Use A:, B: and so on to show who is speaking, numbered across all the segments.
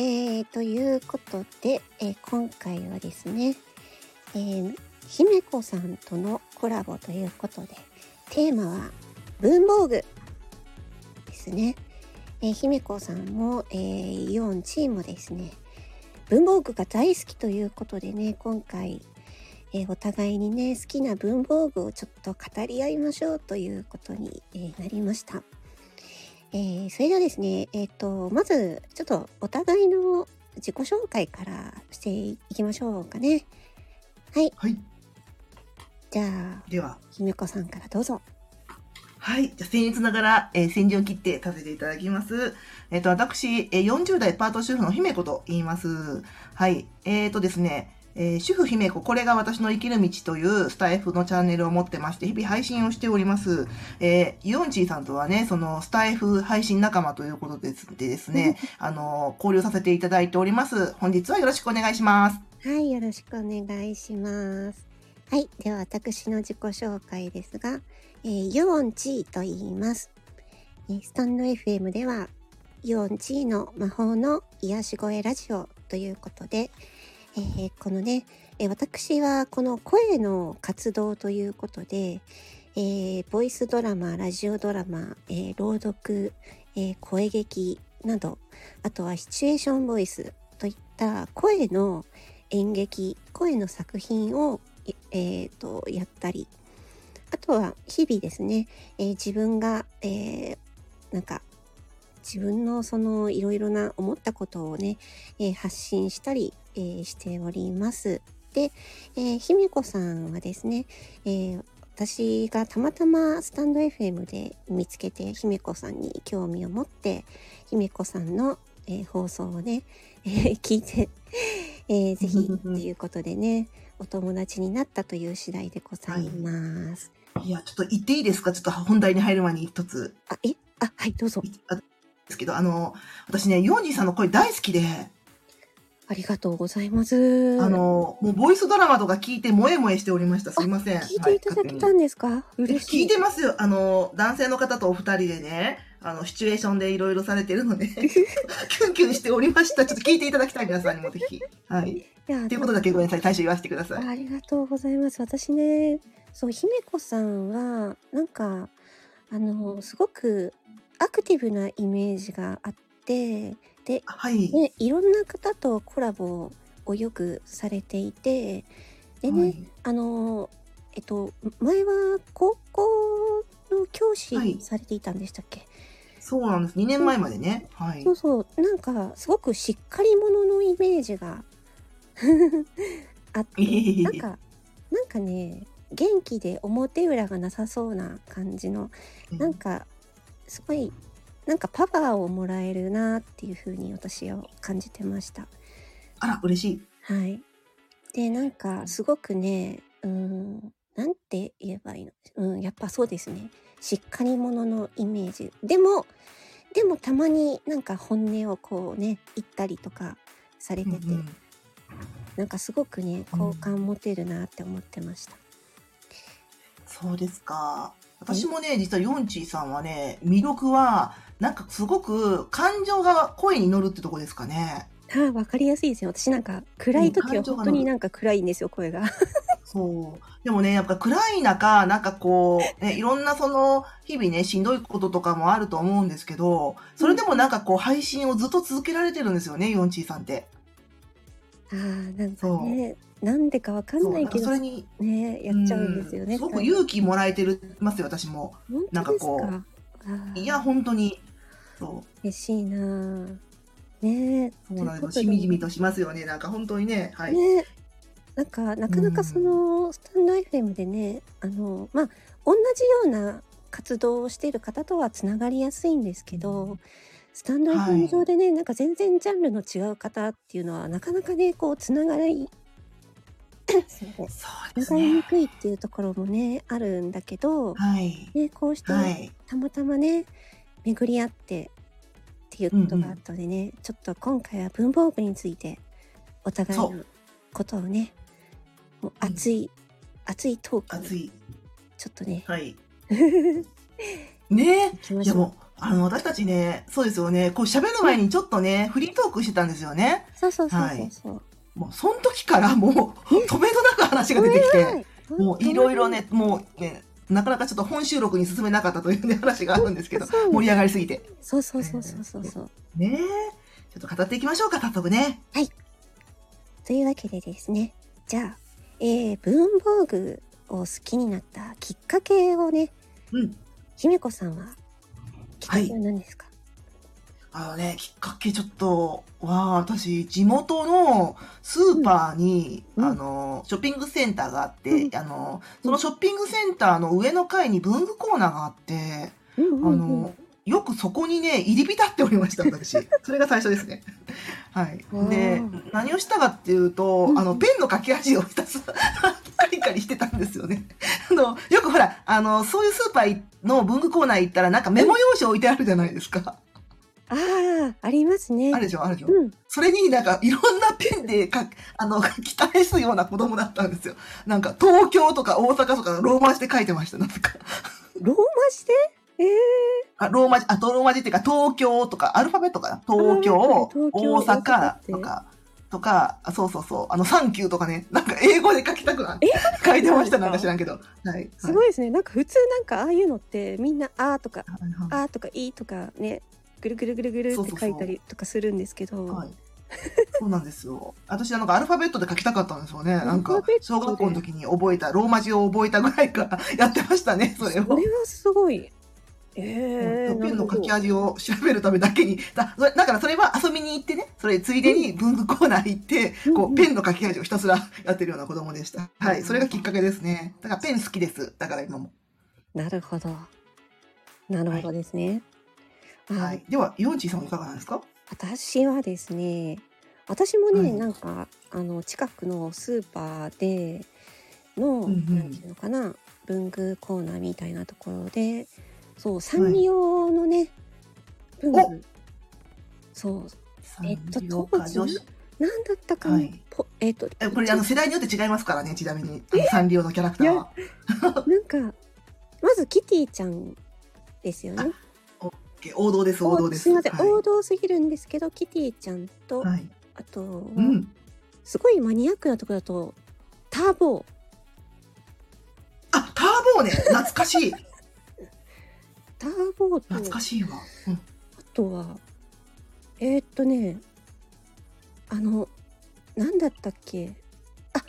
A: えー、ということで、えー今回はですね、えー、姫子さんとのコラボということで、テーマは文房具ですね。えー、姫子さんも、えー、イオンチーもですね、文房具が大好きということでね、今回、えーお互いにね、好きな文房具をちょっと語り合いましょうということに、えーなりました。えーそれではですね、えっ、と、まず、ちょっとお互いの自己紹介からしていきましょうかね。はい、
B: はい。
A: じゃあ、
B: では、
A: ひめこさんからどうぞ。
B: はい。じゃあ、僭越ながら、えー、先陣を切ってさせていただきます。えっ、と、私、えー、40代パート主婦の姫子と言います。はい。えっ、とですね、えー主婦姫子、これが私の生きる道というスタイフのチャンネルを持ってまして、日々配信をしております。えー、イオンチーさんとはね、そのスタイフ配信仲間ということですでですね、あのー交流させていただいております。本日はよろしくお願いします。
A: はい、よろしくお願いします。はい、では私の自己紹介ですが、えー、ヨオンチーと言います。えースタンド FM では、ヨオンチーの魔法の癒し声ラジオということで、えーこのね、えー私はこの声の活動ということで、えーボイスドラマ、ラジオドラマ、えー朗読、えー声劇など、あとはシチュエーションボイスといった声の演劇声の作品を、ええーとやったりあとは日々ですね、えー自分が、えーなんか自分のそのいろいろな思ったことをね、えー発信したり、えーしております。で、えー、ひめこさんはですね、えー私がたまたまスタンド FM で見つけて姫子さんに興味を持って姫子さんの、えー放送をね、えー聞いて、えーぜひということでねお友達になったという次第でございます。
B: いや、ちょっと言っていいですかちょっと本題に入る前に一つ。
A: あえあはいどうぞ
B: あですけど、あの、私ね、ヨンジーさんの声大好きで、
A: ありがとうございます。
B: あの、もうボイスドラマとか聞いて、萌え萌えしておりました。すいません。
A: 聞いていただけた
B: はい
A: んですか、嬉
B: 勝手
A: し
B: に聞
A: い。
B: いてますよ。あの、男性の方とお二人でね、あの、シチュエーションでいろいろされてるの で、キュンキュンしておりました。ちょっと聞いていただきたい皆さんにもぜひ。はい。
A: いや
B: ということだけごめんなさい。最初言わせてください。
A: ありがとうございます。私ね、そう、姫子さんは、なんか、あの、すごくアクティブなイメージがあって、で、
B: はい。
A: ね、いろんな方とコラボをよくされていて、でね、
B: はい
A: あの、えっと、前は高校の教
B: は
A: 師
B: い
A: されていたんでしたっけ、
B: そうなんです。2年前までね。はい
A: そ。うそう、なんか、すごくしっかり者のイメージが あって、なんか、なんかね、元気で表裏がなさそうな感じの、なんか、すごい、なんかパワーをもらえるなっていう風に私は感じてました。
B: あら、嬉しい。
A: はい。で、なんか、すごくね、うーん、なんて言えばいいのうん、やっぱそうですね。しっかり者のイメージ。でも、でもたまになんか本音をこうね、言ったりとかされてて、
B: うんうん
A: なんかすごくね、好感持てるなって思ってました。
B: そうですか。私もね、実はヨンチーさんはね、魅力は、なんかすごく感情が声に乗るってとこですかね。
A: あーわかりやすいですね。私なんか暗い時
B: う
A: は
B: ん感情が
A: 本当になんか暗いんですよ、 声が。
B: そう。でもね、やっぱ暗い中、なんかこう、ね、いろんなその、日々ね、しんどいこととかもあると思うんですけど、それでもなんかこう、配信をずっと続けられてるんですよね、ヨンチーさんって。
A: あーなんかね、なんでかわかん
B: そう
A: ない
B: んか
A: けど
B: それに、
A: ね、やっちゃうんですよね。
B: うんすごく勇気もらえてるますよ、私も。
A: 本
B: な
A: 当
B: んか
A: です
B: こう
A: か。あー
B: いや、本当に。そう。
A: 嬉しいなー。ねえ、
B: そうなん
A: という
B: ですよ。し
A: ことで
B: みじみとしますよね。なんか本当にね。はい。
A: ねなんかなかなかそのスタンド FM でねあのまあ同じような活動をしている方とはつながりやすいんですけどスタンド
B: はい
A: FM 上でね、なんか全然ジャンルの違う方っていうのはなかなかねこうつながりすいません
B: そうです
A: つながりに
B: ね。
A: くいっていうところもねあるんだけど、
B: はい。
A: ね、こうして
B: はい。
A: たまたまね巡り合ってっていうことがあったのでね、ちょっと今回は文房具についてお互い
B: そ
A: のことをねもう熱い、熱いトークを
B: 暑い。
A: ちょっとね
B: はい。ね
A: 行きま
B: え。い
A: し
B: や
A: ょう
B: もう、あの、私たちね、そうですよね、こう喋る前にちょっとね、フリートークしてたんですよね。
A: そうそうそうそうそう。
B: もう、その時からもう、止めどなく話が出てきて、もういろいろね、もうね、なかなかちょっと本収録に進めなかったというね、話があるんですけど
A: そうね、
B: 盛り上がりすぎて。
A: そうそうそうそうそうそう。
B: ねえ。ちょっと語っていきましょうか、早速ね。
A: というわけでですね、じゃあ、えー、文房具を好きになったきっかけをね、
B: うん。
A: 姫子さんは、きっかけは何ですか、
B: あのね、きっかけちょっとは、私、地元のスーパーに、
A: うん
B: あの、ショッピングセンターがあって、
A: うん
B: あの、そのショッピングセンターの上の階に文具コーナーがあって、
A: うんうんうん
B: あの、よくそこにね、入り浸っておりました、私。 それが最初ですね。はい
A: お。ー
B: で、何をしたかっていうと
A: う、ん
B: あの、ペンの書き味をひたすら カリカリしてたんですよね。あの、よくほら、あの、そういうスーパーの文具コーナー行ったら、なんかメモ用紙置いてあるじゃないですか。
A: ああ、ありますね。
B: あるでしょ、あるでしょ。
A: うん。
B: それになんかいろんなペンでか、 あの、書き試すような子供だったんですよ。なんか東京とか大阪とかローマ字で書いてました、なんか。
A: ローマ字でええ
B: あ、ローマ字、あ、とローマ字っていうか、東京とか、アルファベットかな東京、
A: 東京
B: 大
A: 大阪っ
B: 阪
A: て
B: とか、とか、あそうそうそう、あの、サンキューとかね、なんか英語で書きたくなって、 書いてました、なんか知らんけど。はい。はい
A: すごいですね。なんか普通なんかああいうのってみんなあーとか、
B: はいはい
A: あーとかいいとかね、ぐるぐるぐるぐるって書いたりとかするんですけど。
B: はい。そうなんですよ。私なんかアルファベットで書きたかったんですよね。なん
A: ア
B: か
A: ルファベットで
B: 小学校の時に覚えたローマ字を覚えたぐらいから やってましたね。それを。
A: これはすごい。ええ
B: ペンの書き
A: なる
B: 味を調べるためだけにだそれだからそれは遊びに行ってねそれついでに文具コーナー行って、
A: うん
B: こ
A: うんう
B: うんペンの書き味をひたすらやってるような子供でした、は
A: う
B: い
A: ん
B: それがきっかけですねだからペン好きですだから今も、
A: ほどなるほど。なるほどですね。
B: は
A: はい
B: い、ではヨンチーさんはいかがなんですか
A: 私はですね私もね、
B: はい
A: なんかあの近くのスーパーでの、
B: うんうん
A: なんていうのかな文具コーナーみたいなところでそうサ
B: は
A: ン
B: い
A: リオのね、文具そうえっと
B: 産業化
A: 当時
B: 女子
A: なんだったかな、
B: はい
A: ぽえっと
B: えこれあの世代によって違いますからねちなみにあのサンリオのキャラクターは
A: なんかまずキティちゃんですよね
B: 王道です王道です
A: すみません、
B: はい
A: 王道すぎるんですけどキティちゃんと、
B: はい
A: あとは、
B: うん、
A: すごいマニアックなところだとターボー
B: あターボーね懐か しい
A: ターボーと
B: 懐かしいわ、うん
A: あとは、えー、っとね、あの、なんだったっけ、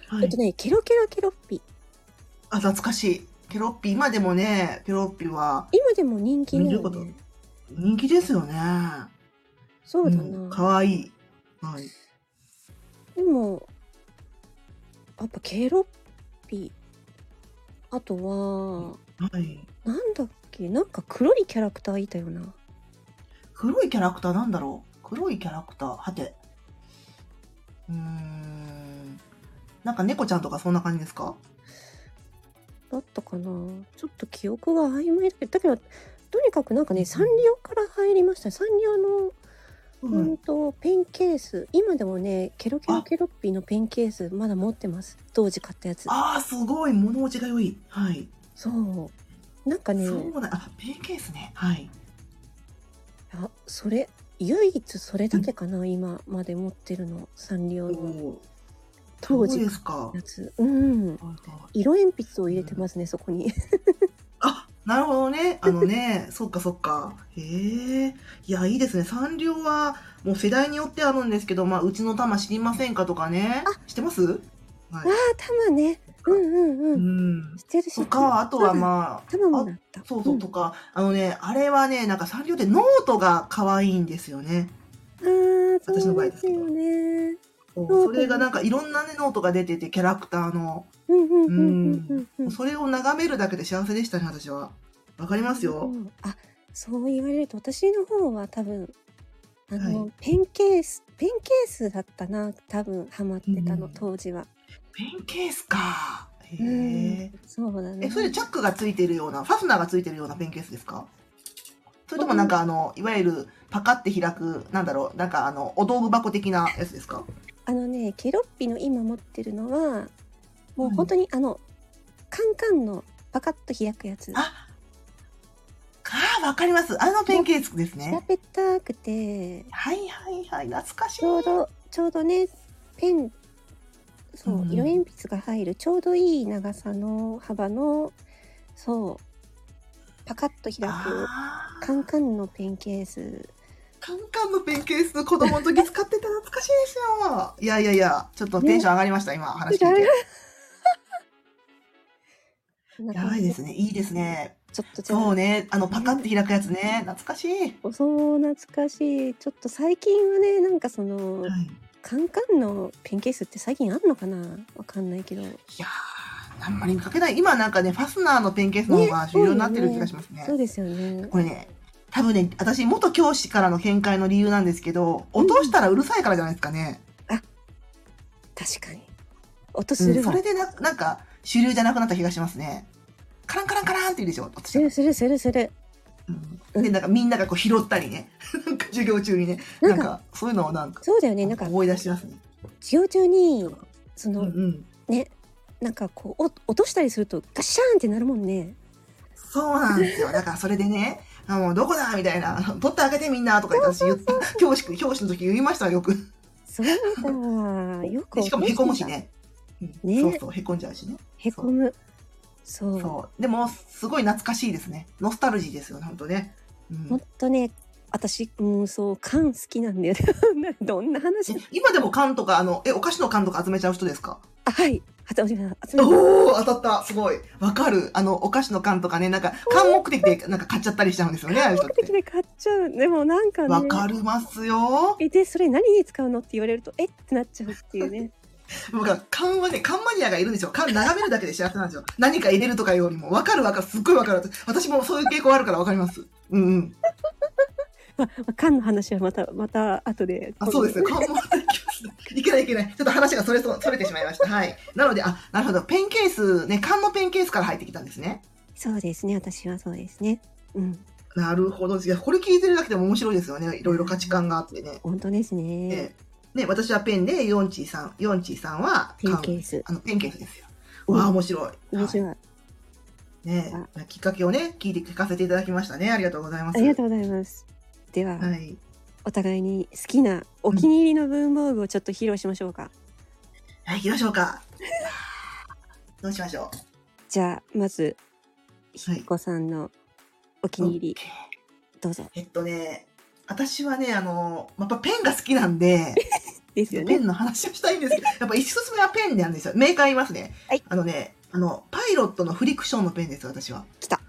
B: はい
A: えっとね、ケロケロケロッピ。
B: あ懐かしいケロッピー今でもねケロッピーは
A: 今でも人気だ
B: 見る
A: よ
B: こと
A: ね。
B: 人気ですよね。
A: そうだな。
B: ん可愛いはい。
A: でも、やっぱケロッピ。あとは、
B: はい。
A: なんだっけ、なんか黒いキャラクターいたよな。
B: 黒いキャラクターなんだろう。黒いキャラクター、はて。うーん。なんか猫ちゃんとかそんな感じですか。
A: だったかな。ちょっと記憶が曖昧だけど、だけど、とにかくなんかね、サンリオから入りました。サンリオの
B: う
A: うん
B: ん。
A: とペンケース今でもねケロケロケロッピーのペンケースまだ持ってます当時買ったやつ
B: ああ、すごい、物持ちが良い。はい。
A: そうなんかね
B: そうだ。あ、ペンケースね。はい。
A: あそれ唯一それだけかな、今まで持ってるのサンリオ
B: お
A: の
B: おー。
A: 当
B: そう
A: 時
B: で
A: の
B: すか。はい
A: やつうん
B: はい
A: 色鉛筆を入れてますね、そこに
B: あ、なるほどね。あのね、 そっかそっか。へえ。いや、いいですね。サンリオは、もう世代によってあるんですけど、まあ、うちの玉知りませんかとかね。知ってますはい
A: あ。あ玉ねうんうんう
B: うんん。
A: 知ってる知
B: と
A: ってる
B: か、あとはまあ、
A: 玉もだった
B: そうそうとか、あのね、あれはね、なんかサンリオってノートが可愛いんですよね。
A: うん、ああ
B: 私
A: そ
B: の場合
A: うで
B: です
A: す
B: けど
A: よね
B: そう
A: ノー
B: そ
A: トね
B: れがなんかいろんなね、ノートが出てて、キャラクターの。
A: うんうんう
B: う
A: う
B: ん
A: んうんんうん。
B: それを眺めるだけで幸せでしたね、私は。わかりますよ
A: う。んあそう言われると私の方は多分あの、
B: は
A: ペンケースペンケースだったな多分ハマってたの、
B: うん
A: 当時は。
B: ペンケースか。へ
A: う
B: え。
A: ん、そうだね。
B: え、それチャックがついてるような、ファスナーがついてるようなペンケースですかそれともなんかあの、いわゆるパカって開く、なんだろう、なんかあの、お道具箱的なやつですか
A: あのねケロッピの今持ってるのはもう
B: はい
A: 本当に、あのカンカンのパカッと開くやつ。
B: あかあ、わかります。あのペンケースです
A: 平
B: ね。
A: べったくて、
B: はいはいはい、懐かしい
A: ち。ょうど、ちょうどね、ペン、そうう、
B: ん
A: 色鉛筆が入るちょうどいい長さの幅の、そう、パカッと開く、
B: あー
A: カンカンのペンケース。
B: カンカンのペンケース子供の時使ってた懐かしいですよ。いやいやいや、ちょっとテンション上がりました、今話聞いて。やばいですね。いいですね。
A: ちょっとじゃあ
B: そうね。あの、パカって開くやつね。懐かしい。
A: そう懐かしいちょっと最近はねなんかその、
B: はい、い
A: カンカンのペンケースって最近あんのかなわかんないけど、
B: やー、あんまり見かけない。今なんかね、ファスナーのペンケースの方が
A: ね
B: 主流になってる気がしますね。
A: そうですよね
B: これね、多分ね、私、元教師からの見解の理由なんですけど、落としたらうるさいからじゃないですかね。
A: 確かに音
B: う
A: す
B: ん
A: る
B: そ
A: わ、
B: れでな、なんか、主流じゃなくなった気がしますね。カランカランカランって言うでしょ、落とし
A: す
B: たら
A: るするするする
B: うんで、なんかみんながこう拾ったりね、 なんか授業中にね、
A: な
B: なんん
A: か
B: かそういうのをなんか
A: そうだよねなんか
B: 思い出しますね。
A: 授業中にその、
B: うんうん。
A: ねなんかこうお落としたりするとガッシャーンってなるもんね
B: そうなんですよ。だからそれでね、あもうどこだみたいな、あの取ってあげてみんなとか言って私言って、教師、教師の時言いましたよく。
A: そう だよく
B: しかもへこむしね。うん
A: ね
B: そうそう、へこんじゃうしね。
A: へこむそう
B: そう。でも、すごい懐かしいですね。ノスタルジーですよね、ほんとね。うん
A: ほんとね私うんそう缶好きなんだよ ねどんな話
B: え今でも缶とか、あの、え、お菓子の缶とか集めちゃう人ですか
A: あはい集めま集めま
B: おー当たったすごいわかるあの、お菓子の缶とかね、なんか、缶目的でなんか買っちゃったりしちゃうんですよね、ああいう人っ
A: 目的
B: て。
A: で買っちゃうでもなんかね
B: わかりますよ。
A: えでそれ何に使うのって言われるとえってなっちゃうっていう ね
B: 僕は缶はね、缶マニアがいるんですよ。缶眺めるだけで幸せなんですよ。何か入れるとかよりも。わかるわかる。すっごいわかる。私もそういう傾向あるからわかります。うんうん。
A: まあまあ缶の話はまたまた後で
B: あ、そうですよ。缶も また行きます。いけないいけない。ちょっと話がそれそ、それてしまいました。はい。なので、あ、なるほど。ペンケース、ね、缶のペンケースから入ってきたんですね。
A: そうですね私はそうですねうん
B: なるほど。いや、これ聞いてるだけでも面白いですよね。いろいろ価値観があってね。
A: 本当ですね
B: ねね、私はペンで、ヨンチーさん、ヨンチーさんは
A: ペンケ
B: 缶、
A: ース
B: あの、ペンケースですよ。わあ、面白い。
A: 面白い、
B: い。ね、きっかけをね、聞いて聞かせていただきましたね。ありがとうございます。
A: ありがとうございますでは、
B: はい。
A: お互いに好きなお気に入りの文房具をちょっと披露しましょうか、
B: はい、行きましょう か。どうしましょ
A: じゃあまずひ
B: はい
A: っこさんのお気
B: う。
A: に入り、どうぞ
B: えっとね、私はね、あの、やっぱペンが好きなんで、
A: ですよ
B: ペ
A: ね
B: ンの話をしたいんですけど、やっぱ一つ目はペンなんですよ。メーカーいますね。
A: はい
B: あのね、あの、パイロットのフリクションのペンです、私は。
A: 来た。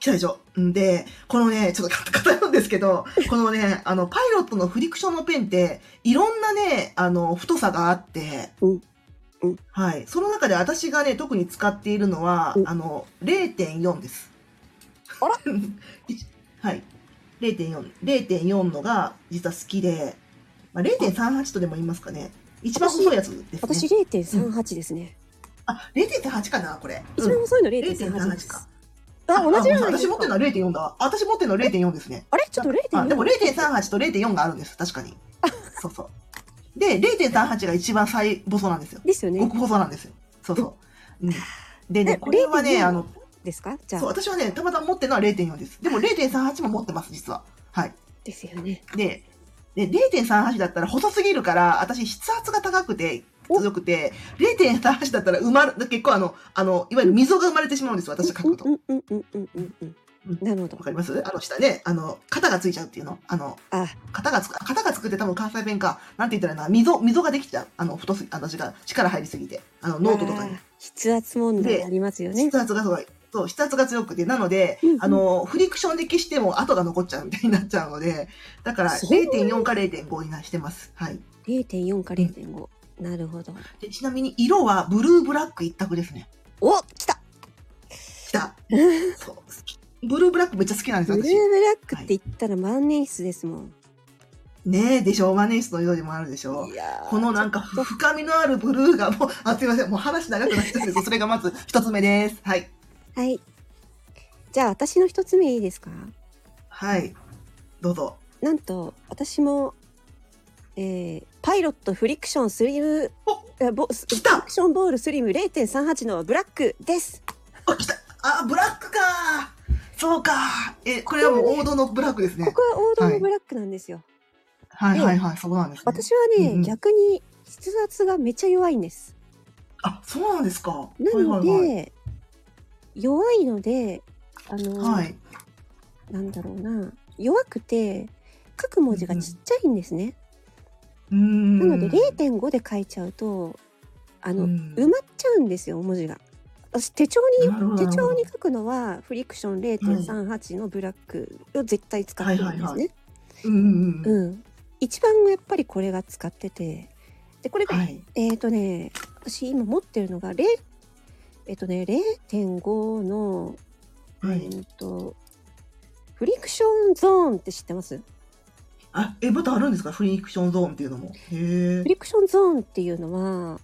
B: 来たでしょ。んで、このね、ちょっと語るんですけど、このね、あの、パイロットのフリクションのペンって、いろんなね、あの、太さがあって、
A: うんうん
B: はい。その中で私がね、特に使っているのは
A: う、ん
B: あの、0.4です。
A: あら
B: はい。0.4。0.4のが、実は好きで、まあ、0.38とでも言いますかね。一番細いやつですね。
A: 私0.38ですね、
B: あ、0.8かな、これ。
A: 一番細いの0.38
B: 0.38
A: です
B: か。
A: あ同じじゃないで
B: 私
A: す
B: 持ってるの
A: か
B: は0.4だわ。私持ってるのは0.4ですね。
A: あれちょっと
B: あ、でも
A: 0.4
B: 0.38と0.4があるんです。確かに。そうそう。で、0.38が一番最細なんですよ。
A: ですよね
B: 極細なんですよ。そうそう。うん、で
A: え
B: ね、これはね、
A: 0.4
B: あの、
A: ですかじゃ
B: そう、
A: あ
B: 私はね、たまたま持ってるのは0.4です。でも0.38も持ってます、実は。はい。
A: ですよね
B: で、で0.38だったら細すぎるから、私、筆圧が高くて、強くて、0.38だったら埋まる、結構あの、あの、いわゆる溝が生まれてしまうんです、私が書くと。
A: うんうんうんうんうんうんうんなるほど
B: わかりますあの下ね、あの、肩がついちゃうっていうの。あの、
A: あ
B: 肩がつく、肩がつくって多分関西弁か、なんて言ったらいいのかな、溝、溝ができちゃう。あの、太すぎ、私が力入りすぎて、あの、ノートとかに
A: あ。ー筆圧問題ありますよね
B: 筆圧がすごい。そう、筆圧が強くて、なので、
A: うんうん
B: あの、フリクションで消しても跡が残っちゃうみたいになっちゃうので、だから
A: そうなんだ
B: 0.4か0.5になしてます。はい。
A: 0.4か0.5なるほど
B: でちなみに色はブルーブラック一択ですね。
A: お来た
B: きた。そう。好きブルーブラックめっちゃ好きなんです
A: ブルー
B: よ、私。
A: ブラックって言ったら万年筆ですもん、
B: ねえ、でしょ万年筆の色でもあるでしょ
A: い、やー
B: このなんかふ深みのあるブルーがもう、 あ、すいません、もう話長くなっちゃうんですけどそれがまず一つ目です。はい。
A: はいじゃあ私の一つ目いいですか
B: はい。どうぞ。
A: なんと私も、えーパイロットフリクションスリム
B: お
A: えボス
B: 来た
A: フリクションボールスリム0.38のブラックです
B: あ、来たあ、ブラックかそうか。え、これはもう王道のブラックですね
A: こ。こは王道のブラックなんですよ。
B: はいはいはい、そうなんです、ね。
A: 私はね、
B: うんうん
A: 逆に筆圧がめっちゃ弱いんです。
B: あ、そうなんですか。は
A: ないの
B: は
A: で、
B: いはい。
A: 弱いので、あの、
B: はい。
A: なんだろうな、弱くて、書く文字がちっちゃいんですね。
B: うーん。
A: なので、0.5で書いちゃうと、あの、
B: うん
A: 埋まっちゃうんですよ、文字が。私、手帳に
B: なるほ、ど
A: 手帳に書くのは、フリクション0.38のブラックを絶対使ってるんです
B: はいはいは
A: ね。
B: うんうんうん。
A: うん。一番やっぱりこれが使ってて、で、これが
B: はい。
A: えっ、ー、とね、私今持ってるのが0、えっ、とね、0.5の、
B: は
A: え
B: い。
A: ーと、フリクションゾーンって知ってます
B: あ、え、またあるんですかフリクションゾーンっていうのも。へ
A: フ
B: え。
A: リクションゾーンっていうのは、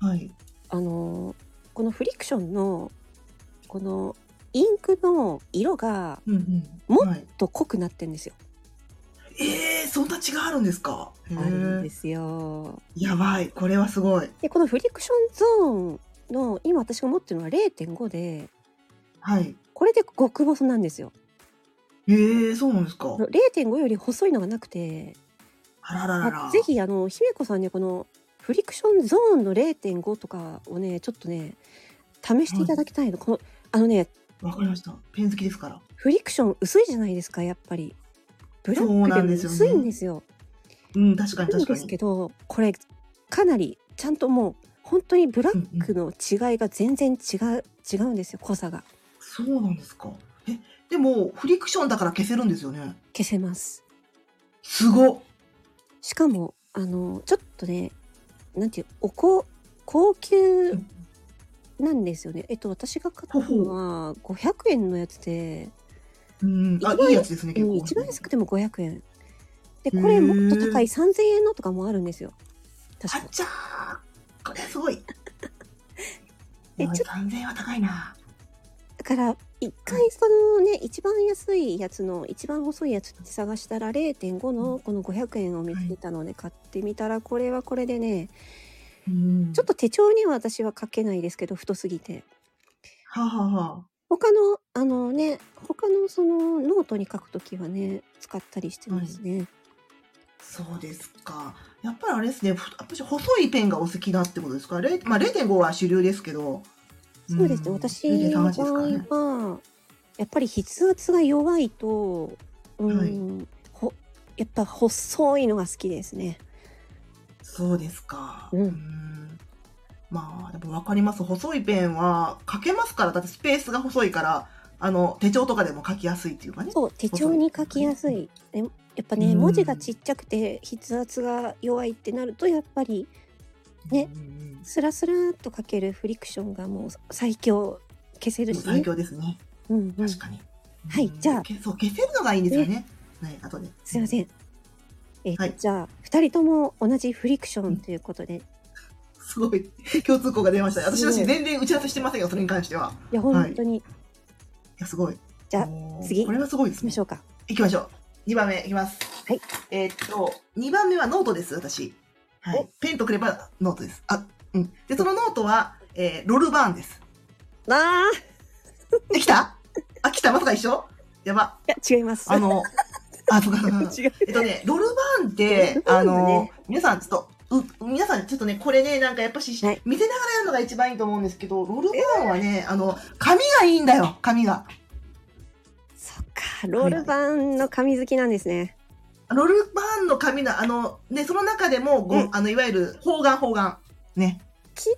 B: はい。
A: あの、このフリクションの、この、インクの色が
B: うんうん。
A: も
B: はい
A: と濃くなってんですよ。
B: ええそんな違いあるんですかへ
A: あるんで
B: え。
A: すよ。
B: やばい。これはすごい。
A: で、このフリクションゾーンの、今私が持ってるのは0.5で、
B: はい。
A: これで極細なんですよ。
B: ええそうなんですか。
A: 0.5より細いのがなくて、
B: あらららら。
A: あぜ。ひあの姫子さんねこのフリクションゾーンの0.5とかをねちょっとね試していただきたいの、このあのね
B: わかりました。ペン好きですから。
A: フリクション薄いじゃないですかやっぱりブラ
B: そう
A: ック
B: な
A: で
B: ん
A: も
B: ですよね
A: 薄いんですよ
B: うん、確かに
A: なん
B: 確か
A: ですけ
B: に。
A: どこれかなりちゃんともう本当にブラックの違いが全然違う、違うんですよ濃さが
B: そうなんですか。え、でも、フリクションだから消せるんですよね。
A: 消せます
B: すごっ。
A: しかもあのちょっとねなんていうおこ高級なんですよね。えっと、私が買ったのは500円のやつで、
B: うん。あ
A: 一、番
B: いいやつですね、結
A: うん
B: 構。
A: 一番安くても500円。で、
B: へー
A: これもっと高い3000円のとかもあるんですよ。
B: あ
A: 確か
B: っちゃーこれ すごい。
A: え
B: え、
A: ち
B: ち
A: ょ
B: ょ3000円は高いな。
A: だから、一回そのね、一番安いやつの、一番細いやつって探したら0.5のこの500円を見つけたので買ってみたら、これはこれでね、
B: うん
A: ちょっと手帳には私は書けないですけど、太すぎて。
B: はあはあはあ
A: 他の、あのね、他のそのノートに書くときはね、使ったりしてますね。
B: そうですか。やっぱりあれですね、ふやっぱり細いペンがお好きだってことですか。れまあ、0.5は主流ですけど。
A: そうですね、
B: ん
A: 私の場合
B: 0.38ですか
A: は、やっぱり筆圧が弱いと、うん、ほやっぱ細いのが好きですね。
B: そうですか。
A: うん
B: んまあ、でもわかります。細いペンは書けますから、だってスペースが細いから、あの、手帳とかでも書きやすいっていうかね。
A: そう、手帳に書きやすい。でやっぱね、
B: うん
A: 文字がちっちゃくて筆圧が弱いってなると、やっぱりね
B: うんうん
A: スラスラっと書けるフリクションがもう最強消せ
B: う
A: る
B: ん。
A: し
B: 最
A: ね。
B: 強ですね。
A: うんうん、
B: 確
A: す
B: かに。
A: はい
B: うん
A: じゃあ
B: けそう、消せるのがいいんですよね。はい、後で。
A: いません。。えっと
B: はい
A: じゃあ2人とも同じフリクションということで、い
B: すごい、共通項が出ました。私
A: すごい
B: たち全然打ち合わせしてませんよ、それに関しては。
A: や本当に
B: いや、すごい。
A: じゃあ
B: おー
A: 次
B: これはすごい
A: 行
B: です
A: きま
B: ね
A: し。ょうか。
B: 行きましょう。2番目いきます。
A: はい。
B: えーっと、2番目はノートです、私。は
A: お
B: い。ペンとくればノートです。あ、うん。で、そのノートは、えーロールバーンです。
A: ああ
B: え、来たあ、来たまさか一緒やば。
A: いや違います。
B: あの、あ、そうかそうかそうか。
A: 違う。
B: えっとね、ロールバーンって、
A: ロールバー
B: あ
A: ンだね
B: の、皆さんちょっと、う皆さんちょっとね、これね、なんかやっぱし、
A: はい
B: 見せながらやるのが一番いいと思うんですけど、ロールバーンはね、あの、紙がいいんだよ、紙が。
A: そっか、ロール版の紙好きなんですね。
B: ロールバーンの紙の、あの、ね、その中でも、ご
A: うん
B: あの、いわゆる、方眼、方眼。ね。
A: 聞い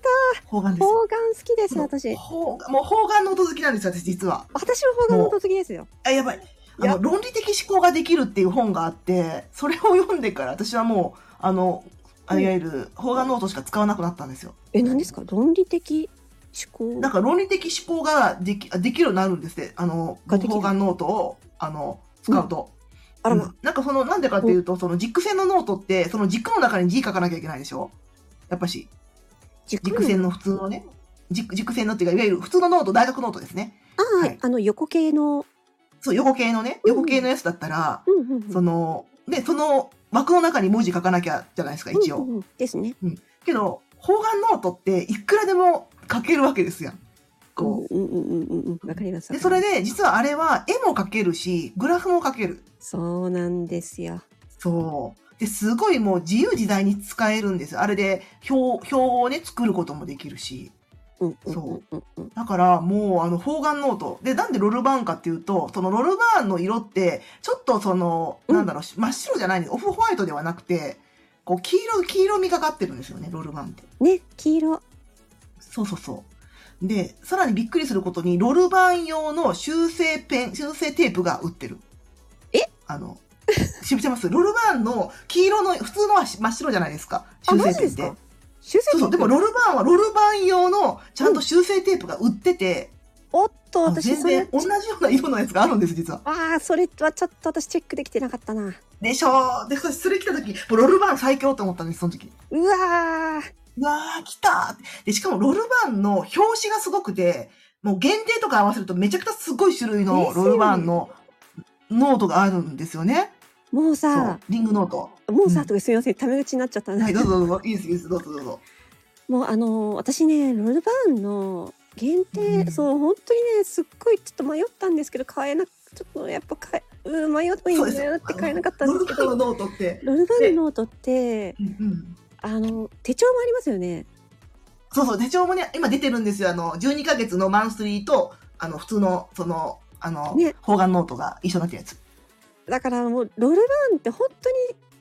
B: 方眼
A: た
B: です。
A: 方眼好きです、私。
B: 方眼もう方眼の音好きなんですよ、私、実は。
A: 私も方眼の音好きですよ。
B: あ、やばい。あ
A: や
B: の、論理的思考ができるっていう本があって、それを読んでから、私はもう、あの、あ
A: うん
B: いわゆる、方眼の音しか使わなくなったんですよ。
A: え、何ですか論理的思考
B: なんか論理的思考ができあできるようになるんですって、あの、
A: ができる
B: 方眼ノートを、あの、使うと。
A: あら
B: う
A: ま
B: ん、なんかその、なんでかっていうと、その軸線のノートって、その軸の中に字書かなきゃいけないでしょやっぱし、軸線の普通のね、軸軸線のっていうか、いわゆる普通のノート、大学ノートですね。
A: ああ、
B: はい
A: あの、横系の。
B: そう、横系のね、
A: うん
B: 横系のやつだったら、
A: うんうんうん
B: その、で、その枠の中に文字書かなきゃじゃないですか、一
A: うん
B: 応。
A: うんうんですね。
B: けど、方眼ノートっていくらでも書けるわけですやん。構。
A: うんうんうんうんうんうん。わかります。
B: で、それ
A: で。
B: で、実はあれは絵も描けるし、グラフも描ける。
A: そうなんですよ。
B: そう。で、すごいもう自由自在に使えるんです。あれで表、表をね、作ることもできるし。
A: うんうん
B: そ
A: うんうんうん。
B: だからもうあの方眼ノート。で、なんでロルバーンかっていうと、そのロルバーンの色って、ちょっとその、
A: うん
B: なんだろう、真っ白じゃないんです。オフホワイトではなくて、こう黄色、黄色みがかってるんですよね、ロルバーンって。
A: ね、黄色。
B: そうそうそう。で、さらにびっくりすることに、ロルバーン用の修正ペン、修正テープが売ってる。
A: え
B: あの、知ってますロルバーンの黄色の、普通のは真っ白じゃないですか。
A: あ、
B: 修
A: マ
B: 正
A: ジ
B: ペン
A: で
B: っ
A: す
B: て
A: か。修正
B: そうそう。でもロルバーンはロルバーン用のちゃんと修正テープが売ってて、
A: おっと、
B: あ
A: 私
B: 全
A: それ
B: 然。同じような色のやつがあるんです実は。
A: ああ、それはちょっと私チェックできてなかったな。
B: でしょーで私それ来た時もうロルバーン最強と思ったんですその時。
A: うわー。
B: うわー来たーってでしかもロルバーンの表紙がすごくてもう限定とか合わせるとめちゃくちゃすごい種類
A: で
B: の
A: すよね
B: ロルバーンのノートがあるんですよね。
A: もう
B: そ
A: さ
B: う、リングノート。
A: もうさ、
B: うん
A: とかすみません、タメ口になっちゃったな。
B: はいどうぞどうぞいいですいいですどうぞどうぞ。
A: もうあのー私ねロールバーンの限定、
B: うん
A: そう本当にねすっごいちょっと迷ったんですけど買えなくちょっとやっぱ買えうん迷ってもいい
B: そうんです
A: だ
B: よ
A: よって買えなかったん
B: ロ
A: で
B: ル
A: すけ
B: バーン
A: ど
B: のノートって。
A: ロールバーンのノートって
B: うんうん
A: あの手帳もありますよね
B: そうそう、手帳もね、今出てるんですよ。あの、12ヶ月のマンスリーと、あの、普通の、その、あの、
A: ね
B: 方眼ノートが一緒になってるやつ。
A: だからもうロールバーンって本当に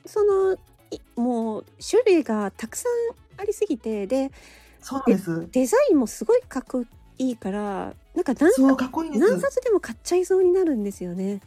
A: そのいもう種類がたくさんありすぎてで
B: そうなんです。
A: デザインもすごいかっこいいからなんか何
B: そう、かっこいいんで
A: 何
B: す。
A: 冊でも買っちゃいそうになるんですよね。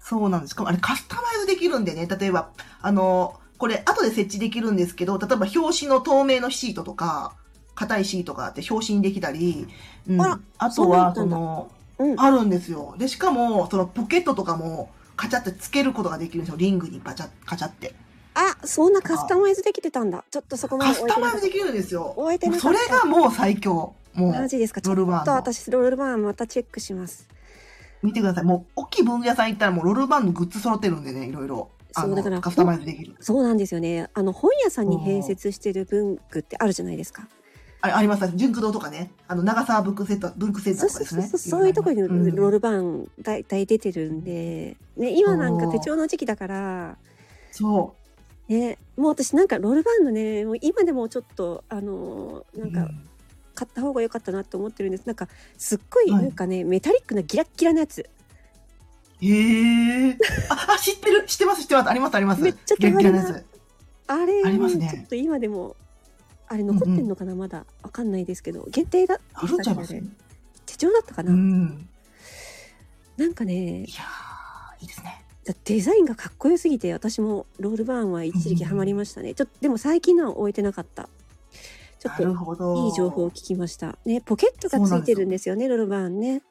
B: そうなんです。しかもあれカスタマイズできるんでね、例えば、あの、これ後で設置できるんですけど、例えば表紙の透明のシートとか、硬いシートがあって表紙にできたり、うん、
A: あら
B: あとは、
A: そ
B: そう
A: だったんだ
B: の、
A: うん、
B: あるんですよ。で、しかも、そのポケットとかも、カチャってつけることができるんですよ。リングにパチャ、カチャって。
A: あ、そんなカスタマイズできてたんだ。ちょっとそこまで
B: カス
A: 終え
B: タ
A: てな
B: マ
A: か
B: イ
A: っ
B: ズできるんですよ。
A: 終えてなか
B: そ
A: っ
B: れ
A: た
B: がもう最強。も
A: た。マ
B: う、
A: ジですか。ちょ
B: ロ
A: っ
B: ルバ
A: と
B: ーンの。
A: 私ロールバーンまたチェックします。
B: 見てください。もう、大きい文具屋さん行ったら、もうロルバーンのグッズ揃ってるんでね、いろいろ。あ
A: そうだから
B: の、カスタマイズできる。
A: そうなんですよね。あの本屋さんに併設してる文具ってあるじゃないですか。
B: あれ、あります。純駆動とかね。あの、長沢ブックセット、ブックセン
A: そう
B: ターとか
A: そうそう
B: ですね。
A: そう。そういうところに
B: うん
A: ロールバーンだいたい出てるんで、ね今なんか手帳の時期だから。
B: そ
A: ね、もう私なんかロールバーンのねもう今でもちょっとあのー
B: う。
A: なんか
B: う
A: 買った方が良かったなと思ってるんですなんかすっごい
B: はい
A: なんかね、メタリックなギラッギラなやつ
B: へえ。あ、あ、知ってる知ってます知ってます。ありますあります。
A: めっちゃ手
B: キラ
A: 軽な
B: キラのやつ。
A: あれ
B: ありますね
A: ちょっと今でもあれ残ってんのかな、まだわかんないですけど限定だ
B: あるんちゃいます
A: で手帳だったかな、
B: うん。
A: なんかね
B: いやー、いいですね。
A: デザインがかっこよすぎて私もロールバーンは一時期ハマりましたね、ちょっとでも最近のは置いてなかったちょっ
B: なる
A: と
B: ほど。
A: いい情報を聞きましたねポケットがついてるんですよねロールバーンね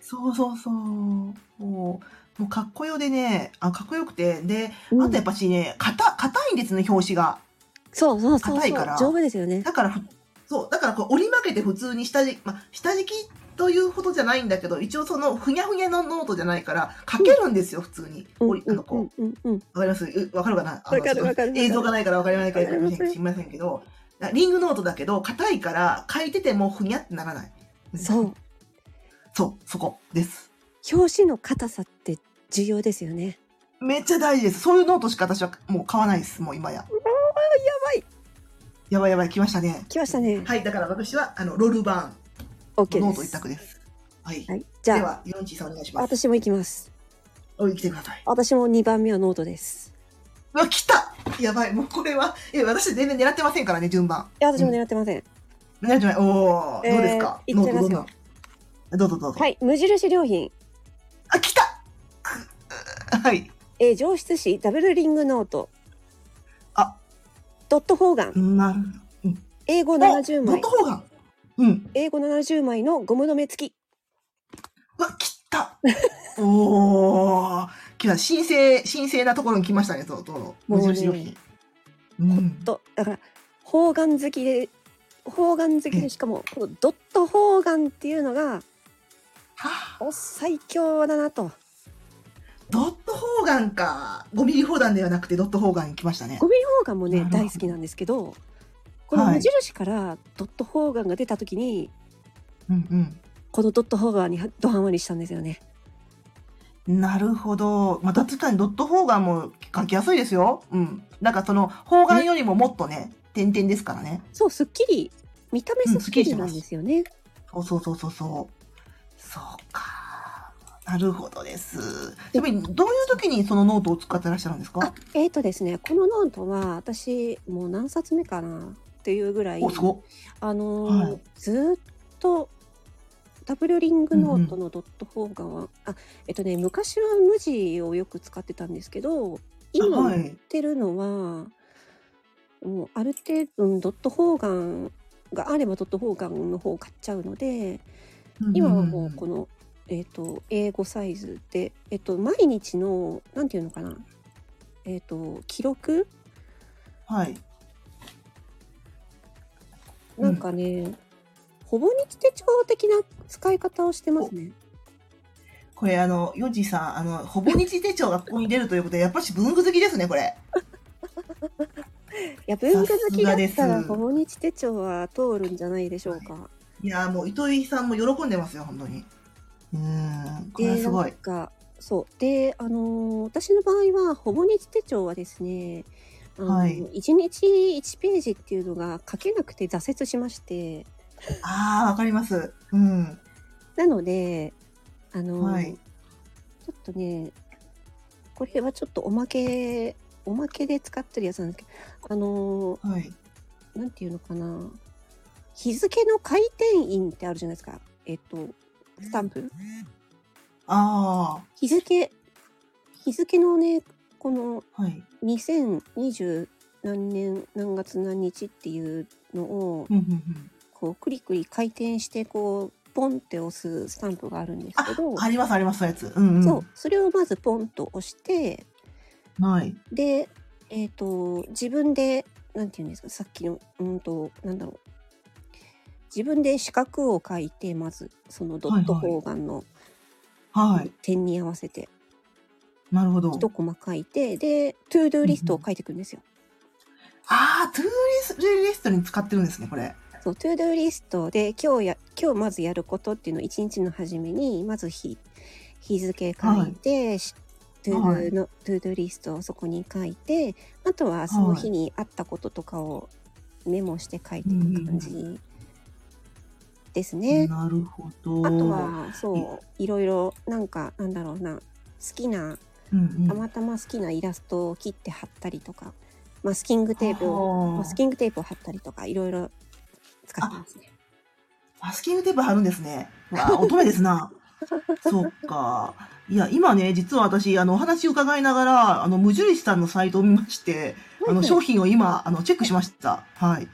B: そうそうそう。もう、もうかっこよでね、あ、かっこよくて。で、
A: うん
B: あとやっぱしね、硬、硬いんですね、表紙が。
A: そうそうそう
B: 硬
A: そう
B: いから
A: 丈夫ですよね
B: だからふ、そう、だからこう折り曲げて普通に下敷き、まあ、下敷きというほどじゃないんだけど、一応そのふにゃふにゃのノートじゃないから、書けるんですよ、普通に。
A: うん
B: 折り、あの、こう、
A: うんうんうん
B: わかりますうわかるかなあの
A: わかるわかる
B: 映像がないからわかりないか
A: わかりま
B: ら
A: す
B: しれませんけど、だリングノートだけど、硬いから、書いててもふにゃってならない。
A: うんそう
B: そう、そこです。
A: 表紙の硬さって重要ですよね
B: めっちゃ大事です。そういうノートしか私はもう買わないです、もう今や。
A: やばい
B: やばいやばい、来ましたね。
A: 来ましたね
B: はい、だから私は、あの、ロールバ
A: OK
B: ーン、ノート
A: で
B: 一
A: す
B: 択です。はい。
A: はいじ
B: で
A: ゃあ
B: は、ヨンチーさんお願いします。
A: 私も行きます
B: おい、来てください。
A: 私も2番目はノートです
B: うわ、来たやばい、もうこれは、え、私全然狙ってませんからね、順番。
A: いや私も狙ってません、
B: 狙ってない。おー、
A: えー
B: どうですか
A: いっちゃいますよ
B: ノートどんなどうぞどうぞ。
A: はい無印良品、
B: あ、来たくうはい。
A: えー上質紙ダブルリングノート
B: あ
A: ドット方眼
B: なる
A: 英語
B: ほ
A: 70枚
B: 元方が。うん。
A: 英語70枚のゴム止め付き
B: うわ、来 たおー。来た。神聖、神聖なところに来ましたね、そう、どうぞ。
A: もう
B: 無
A: ね
B: 印良品。うん。
A: とだから方眼好きで方眼好き
B: う
A: で
B: ん
A: しかもこのドット方眼っていうのが
B: はあ
A: お最強だなと
B: ドット方眼か。5ミリ方眼ではなくてドット方眼に来ましたね
A: ゴ。ミ方眼も
B: な
A: ね
B: るほど
A: 大好きなんですけどこの
B: はい
A: 無印からドット方眼が出た時に、
B: うんうん。
A: このドットホーガーにドハマりしたんですよね。
B: なるほど。まあ、確かにドット方眼も書きやすいですよ。うん。なんかその方眼よりももっとね、点々ですからね。
A: そう、すっきり、見た目
B: うん
A: すっきりなんですよね。
B: そうそうそうそうそう。そうか。なるほどです。でも、どういう時にそのノートを使ってらっしゃるんです
A: あ
B: か、
A: えっ、とですね、このノートは私もう何冊目かなっていうぐらい、
B: お、すご
A: あのー
B: はい
A: ずーっとダブルリングノートのドット方が、はあ、えっとね、昔は無地をよく使ってたんですけど、
B: い。あ
A: 今
B: は
A: やっ
B: い。
A: てるのは、もうある程度うんドット方眼があればドット方眼の方を買っちゃうので、今はもうこの、えっ、と英語サイズで、えっと毎日のなんていうのかな、えっ、と記録
B: の、はい。うん
A: なんかね、ほぼ日手帳的な使い方をしてますね。
B: これ、あの、ヨジさん、あの、ほぼ日手帳がここに出るということで、やっぱし文具好きですね、これ。
A: いや文具好きだっ
B: さす
A: た
B: が
A: ら
B: です
A: ほぼ日手帳は通るんじゃないでしょうか。
B: いやーもう糸井さんも喜んでますよ、本当に。うーん、これは
A: で、
B: すご
A: なん
B: い。
A: かそうであのー私の場合はほぼ日手帳はですね。あの
B: はい
A: 1日1ページっていうのが書けなくて挫折しまして、
B: ああ、わかります。うん。
A: なので、あの、
B: はい
A: ちょっとね、これはちょっとおまけ、おまけで使ってるやつなんですけど、あの、
B: はい。
A: なんていうのかな、日付の回転印ってあるじゃないですか。えっと、スタンプ。
B: あ
A: 日付、日付のね、この
B: あ、はい。
A: 2020何年何月何日っていうのを、
B: うんうんうん。
A: こう、クリクリ回転して、こう、ポンって押すスタンプがあるんですけど、
B: あります、あります、そういうやつ。うん、うん。
A: そう、それをまずポンと押して、
B: はい。
A: で、えっ、と、自分で、なんていうんですか、さっきの、うんと、なんだろう。自分で四角を書いて、まず、そのドット
B: はいはい
A: 方眼の
B: はい。
A: 点に合わせて、
B: なるほど。
A: 一コマ書いて、で、トゥードゥーリストを書いていくんですよ。
B: ああ、トゥーリストリストに使ってるんですね、これ。
A: そう、トゥードゥーリストで、今日や、今日まずやることっていうのを一日の初めに、まず日、日付書いて、しトゥードゥーの、トゥードゥーリストをそこに書いて、あとはその日にあったこととかをメモして書いていく感じですね。
B: なるほど。
A: あと、は、そう、いろいろ、なんか、なんだろうな、好きな、
B: うんうん、
A: たまたま好きなイラストを切って貼ったりとか、マスキングテープを、
B: を
A: マスキングテープを貼ったりとか、いろいろ使ってますね。
B: マスキングテープ貼るんですね。わあ、乙女で すな。そっか。いや、今ね、実は私、あの、お話伺いながら、あの、無印さんのサイトを見まして、あの、商品を今、あの、チェックしました。はい。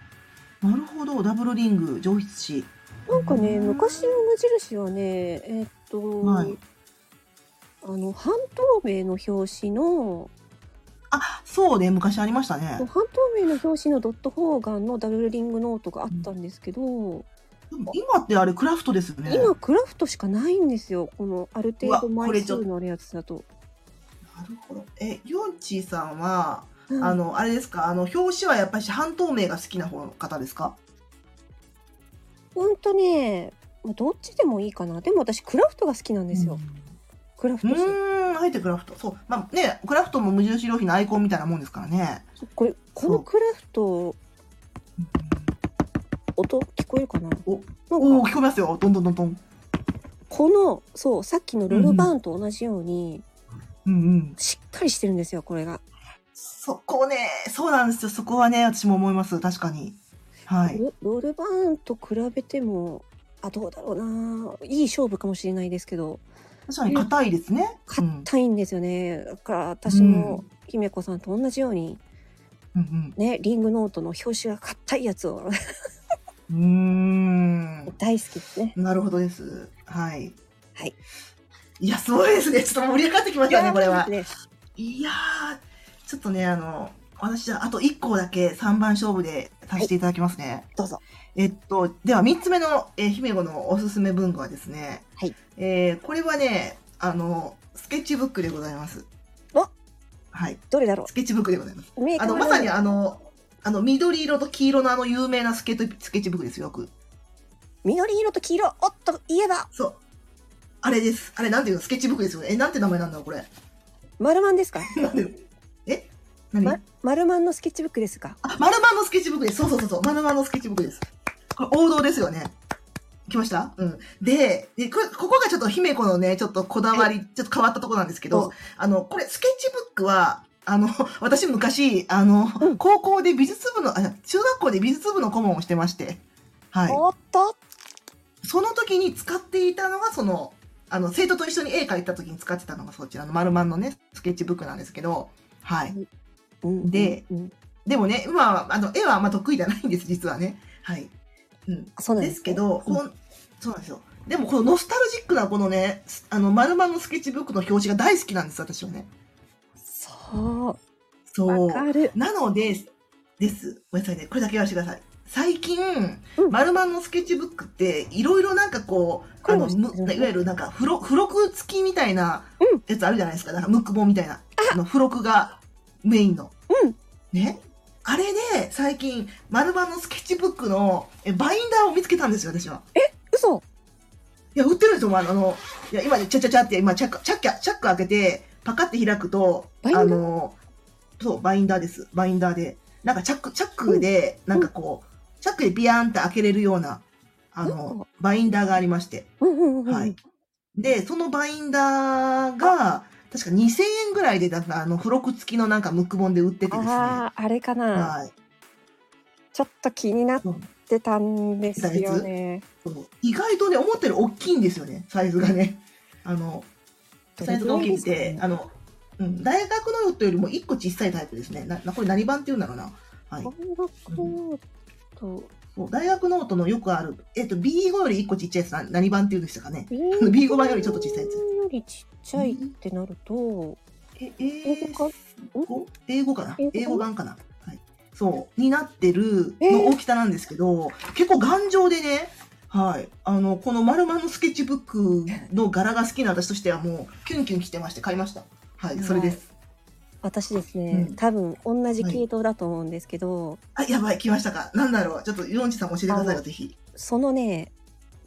B: なるほど、ダブルリング、上質紙。
A: なんかね、昔の無印はね、えーっと、
B: はい
A: あの半透明の表紙の、
B: あ、そうね、昔ありましたね。
A: 半透明の表紙のドット方眼のダブルリングノートがあったんですけど、
B: でも今ってあれ、クラフトですよね。
A: 今クラフトしかないんですよ。このある程度
B: うわこ
A: 枚
B: れちょ
A: 数のあるやつだと。
B: なるほど。え、ヨンチーさんは、
A: うん
B: あの、あれですか、あの、表紙はやっぱり半透明が好きな方の方ですか
A: ほんとね、まあどっちでもいいかな。でも私クラフトが好きなんですよ。
B: うん
A: クラフ
B: う
A: ト紙。
B: ーん、あえてクラフト。そう。まあね、クラフトも無印良品のアイコンみたいなもんですからね。
A: これこのクラフト音聞こえるかな？
B: お
A: な
B: お
A: ん
B: お、
A: か
B: 聞こえますよ。どんどんどんどん。
A: このそうさっきのロルバーンと同じように、
B: うんうん。
A: しっかりしてるんですよこれが。
B: そこね、そうなんですよ。そこはね、私も思います。確かに。はい。
A: ロロールバーンと比べてもあどうだろうないい勝負かもしれないですけど
B: 確かに硬いですね。うん。
A: 硬いんですよねだから私も姫子さんと同じように
B: うん
A: ねリングノートの表紙が硬いやつを
B: うん。うーん。
A: 大好きですね
B: なるほどです。はい。
A: はい。
B: いや、すごいですね。ちょっと盛り上がってきましたね、これは。
A: ね
B: いやー、ちょっとね、あの、私じゃあ、あと1個だけ3番勝負でさせていただきますね。
A: どうぞ
B: えっと、では3つ目の、えー姫子のおすすめ文具はですね、
A: はい
B: えーこれはね、あの、スケッチブックでございます。
A: お
B: はい、
A: どれだろ
B: スケッチブックでございます。
A: うメーカ
B: あ
A: ー
B: の、
A: は
B: まさにあの、あの、緑色と黄色のあの有名なスケットスケッチブックですよ、よく。
A: 緑色と黄色、おっと言えば、
B: そう。あれです。あれ、なんていうのスケッチブックですよね。え、なんて名前なんだろうこれ。
A: 丸マンですか
B: なんていうのえ何、
A: ま丸マンのスケッチブックですか
B: あ、丸マンのスケッチブックです。そうそうそうそう。丸マンのスケッチブックです。これ王道ですよね。来ましたうん。で、でこここがちょっと姫子のね、ちょっとこだわり、ちょっと変わったところなんですけ
A: どう
B: ど
A: ぞ、
B: あの、これ、スケッチブックは、あの、私昔、あの、
A: うん
B: 高校で美術部の、あ中学校で美術部の顧問をしてまして、はい。
A: おっと
B: その時に使っていたのが、その、あの、生徒と一緒に絵描いた時に使ってたのがそちらの丸マンのね、スケッチブックなんですけど、はい。
A: うん
B: で、
A: うんうん
B: でもね、まあ、あの、絵はあんま得意じゃないんです、実はね。はい。うん。
A: あそうなん
B: で
A: です
B: す
A: ね
B: けど、
A: うん
B: こんそうなんですよ。でも、このノスタルジックな、このね、すあの、丸々のスケッチブックの表紙が大好きなんです、私はね。
A: そ、
B: そうう
A: わ。かる。
B: なので、です。ごめんなさいね。これだけ言わせてください。最近、
A: うん
B: 丸々のスケッチブックって、いろいろなんかこう、あの、
A: こういうの
B: む
A: 知ってる
B: いわゆるなんか、付録付録付きみたいな
A: うん
B: やつあるじゃないですか。なんか、ムック本みたいな。あの、付録がメインの。
A: うん
B: ね。あれで、最近、丸々のスケッチブックの、え、バインダーを見つけたんですよ、私は。
A: 嘘
B: いや、売ってるんですよ、あの、あのいや、今ね、ちゃちゃちゃって、今、チャック、チャッキャ、チャック開けて、パカって開くと、
A: バインダー
B: あの、そう、バインダーです。バインダーで。なんか、チャック、チャックで、なんかこう、チャックでビヤーンって開けれるような、あの、バインダーがありまして。
A: うんうんうんうん。
B: はい。で、そのバインダーが、確か2000円ぐらいで、なんか、あの、付録付きのなんか、ムック本で売っててですね。は
A: ああ、あれかな。
B: い。
A: ちょっと気になってたんですよね。
B: そう意外とね、思ったより大きいんですよね、サイズがね。あの、サイズが大きくて、あの、うん、大学のヨットよりも1個小さいタイプですね。な、なこれ何番って言うんだろうな。はい
A: こ。のコート、
B: そう大学ノートのよくある、えっと、B5 より1個ちっちゃいやつな、何番って言うんでしたかね。B5 番よりちょっと小さいやつ
A: B5 よりちっちゃいってなると、
B: え、
A: 英語か
B: 語英語かな
A: 英語
B: 英語版かなはい。そう、になってる
A: えー
B: の大きさなんですけど、結構頑丈でね、はい。あの、この丸々のスケッチブックの柄が好きな私としてはもう、キュンキュン来てまして買いました。はい、それです。
A: 私ですね、
B: うん
A: 多分同じ系統だと思うんですけど、
B: あ、やばい、来ましたか。なんだろう。ちょっと、ヨンチさん教えてくださいよ、ぜひ。
A: そのね、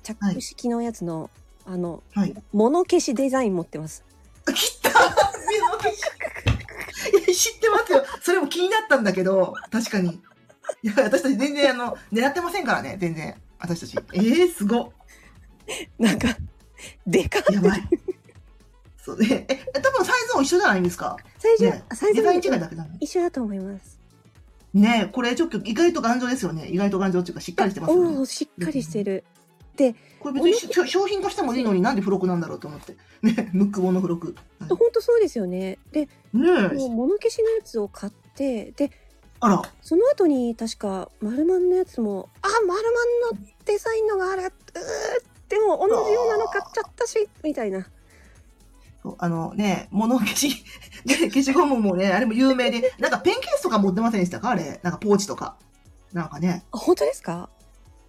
A: チャック式のやつの、あの、
B: はい。
A: 物消しデザイン持ってます。
B: 切ったいや知ってますよ。それも気になったんだけど、確かに。いや、私たち全然、あの、狙ってませんからね、全然。私たち。えー、すごっ。
A: なんか、 でかっ
B: やばい。そうね。え、多分サイズも一緒じゃないんですか
A: 最初、
B: ね
A: 最
B: デ
A: 初
B: ザイン違いだけなの
A: 一緒だと思います。
B: ねえ、これ、ちょっと意外と頑丈ですよね。意外と頑丈っていうか、しっかりしてますよ
A: お
B: ね。
A: お、しっかりしてる。
B: これ別にしょ商品化してもいいのになんで付録なんだろうと思って。ね、ムック本の付録。は
A: 本当そうですよね。で、
B: いね
A: もう
B: え。
A: 物消しのやつを買って、で、
B: あら。
A: その後に確か丸マンのやつもあ丸マンのデザインのがあるうーでも同じようなの買っちゃったしみたいな
B: そうあの ね、物消し、ね消しゴムもね、あれも有名で、なんかペンケースとか持ってませんでしたかあれ。なんかポーチとか。なんかね。
A: あ本当ですか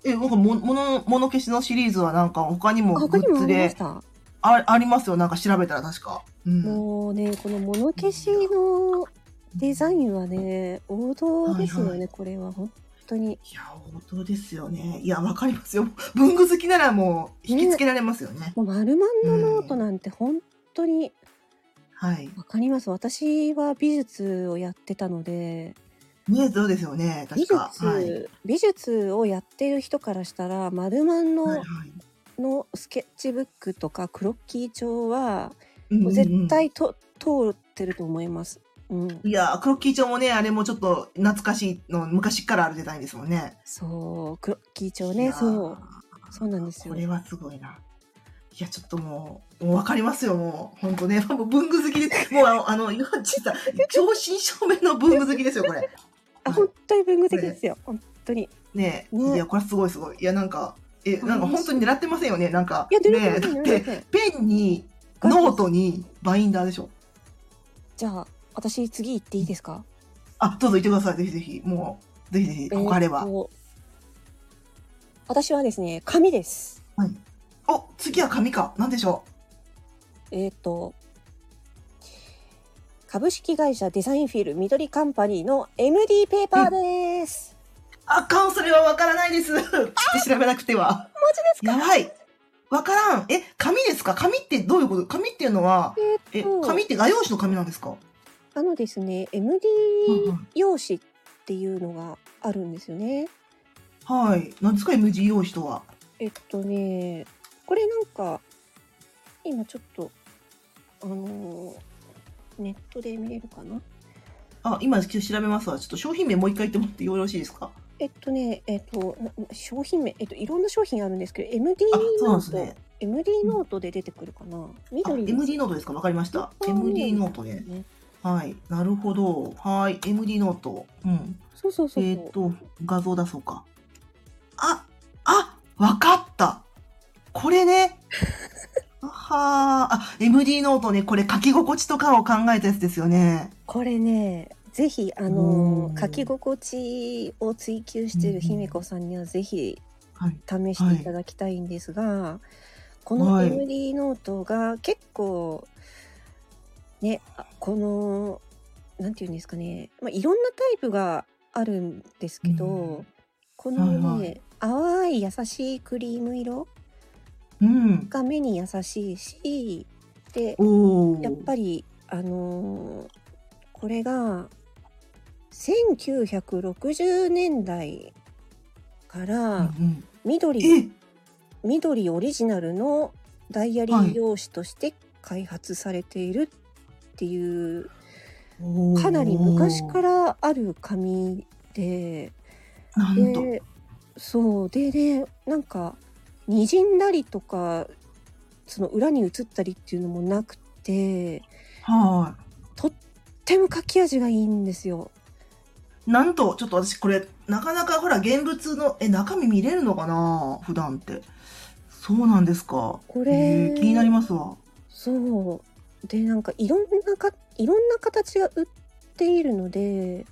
B: え、なんかも、もの、物消しのシリーズはなんか他にも
A: あ他
B: グ
A: に
B: ッ
A: もあ
B: ズ
A: りまし
B: で、
A: た
B: あありますよ。なんか調べたら確か。うん。
A: もうねこの物消しのデザインはね王道ですよね、
B: はい
A: これは本当に
B: いや、本当ですよね。いや、わかりますよ。文具好きならもう、引きつけられますよね。
A: もう丸マンのノートなんて本当に
B: はい。
A: わかります私は美術をやってたので
B: ね、そうですよね。
A: 美
B: 確
A: 術、
B: か。はい。はい
A: 美術をやってる人からしたら丸マンの、
B: はい
A: のスケッチブックとかクロッキー帳は
B: うんうん
A: もう
B: う
A: ん絶対と、通ってると思います。うん、
B: いやクロッキー帳もねあれもちょっと懐かしいの昔からあるデザインですもんね。
A: そうクロッキー帳
B: い
A: ね
B: やー
A: そうそうなんですよ
B: こ。れはすごいな。いや、ちょっともう、もう分かりますよ、もう。本当ね。もう文具好きです。もう、あのあの、ヨッチさん、正真正銘の文具好きですよ、これ。
A: あ本当に文具的ですよ本当に。
B: ねえ
A: ね
B: いや、これすごいすごい。いや、なんか、え、なんか本当に狙ってませんよね、なんか。
A: いや出
B: ね
A: る
B: え
A: か
B: だっ
A: も
B: て、ペンに、ノートに、バインダーでしょ。
A: じゃあ私次行っていいですか。
B: あ、どうぞ言ってください、ぜひぜひ。もう、ぜひぜひ、他あれ
A: えー
B: ば。
A: と私はですね紙です。
B: お、次は紙か。なんでしょ
A: えっ、と株式会社デザインフィル緑カンパニーの MD ペーパーです。
B: う。あかん、それは分からないです。調べなくては。
A: ですか
B: やばい。わからん。え、紙ですか紙ってどういうこと紙っていうのは、
A: え
B: え
A: っと、、
B: 紙って画用紙の紙なんですか、
A: あのですね、MD 用紙っていうのがあるんですよね。
B: はい。何ですか ?MG 用紙とは。
A: えっとね、これなんか、今ちょっと、あのーネットで見れるかな
B: あ、今ちょっと調べますわ。ちょっと商品名もう一回言ってもらってよろしいですか
A: えっとね、えっと、なな商品名、えっと、いろんな商品あるんですけど、MD
B: あ、そうな
A: ノー
B: んです
A: ト、
B: ね。
A: MD ノートで出てくるかな
B: あ
A: 緑の
B: MD ノートですかわかりました。
A: あ
B: MD ノートね。
A: ね。
B: はい。なるほど。はい。MD ノート。うん。
A: そうそうそうそう。
B: えっ、と、画像出そうか。あ、あ、わかった。これ ね。あはーあ、MD ノートね、これ書き心地とかを考えたやつですよね。
A: これね、ぜひ、あの
B: う
A: ー
B: ん
A: 書き心地を追求している姫子さんには、ぜひ、
B: はい。
A: 試していただきたいんですが、この
B: はい
A: MD ノートが結構ねあこのなんていうんですかね、まあ、いろんなタイプがあるんですけど、
B: うん
A: このね、
B: はいは
A: 淡い優しいクリーム色
B: うん。
A: が目に優しいしで
B: おお。
A: やっぱ
B: り。
A: りあのーこれが1960年代から
B: うん
A: 緑が
B: え、
A: 緑オリジナルのダイアリー用紙として開発されているっていう、
B: おー
A: かなり昔か。らある紙で
B: なんと。
A: でそうでねなんかにじんだりとかその裏に映ったりっていうのもなくて
B: は
A: とっても書き味がいいんですよ。
B: い。なんと、ちょっと私これ、なかなかほら、現物の、え、中身見れるのかな普段って。そうなんですか。
A: こ
B: え
A: れ
B: ー気になりますわ。
A: そうでなんかいろんなかいろんな形が売っているので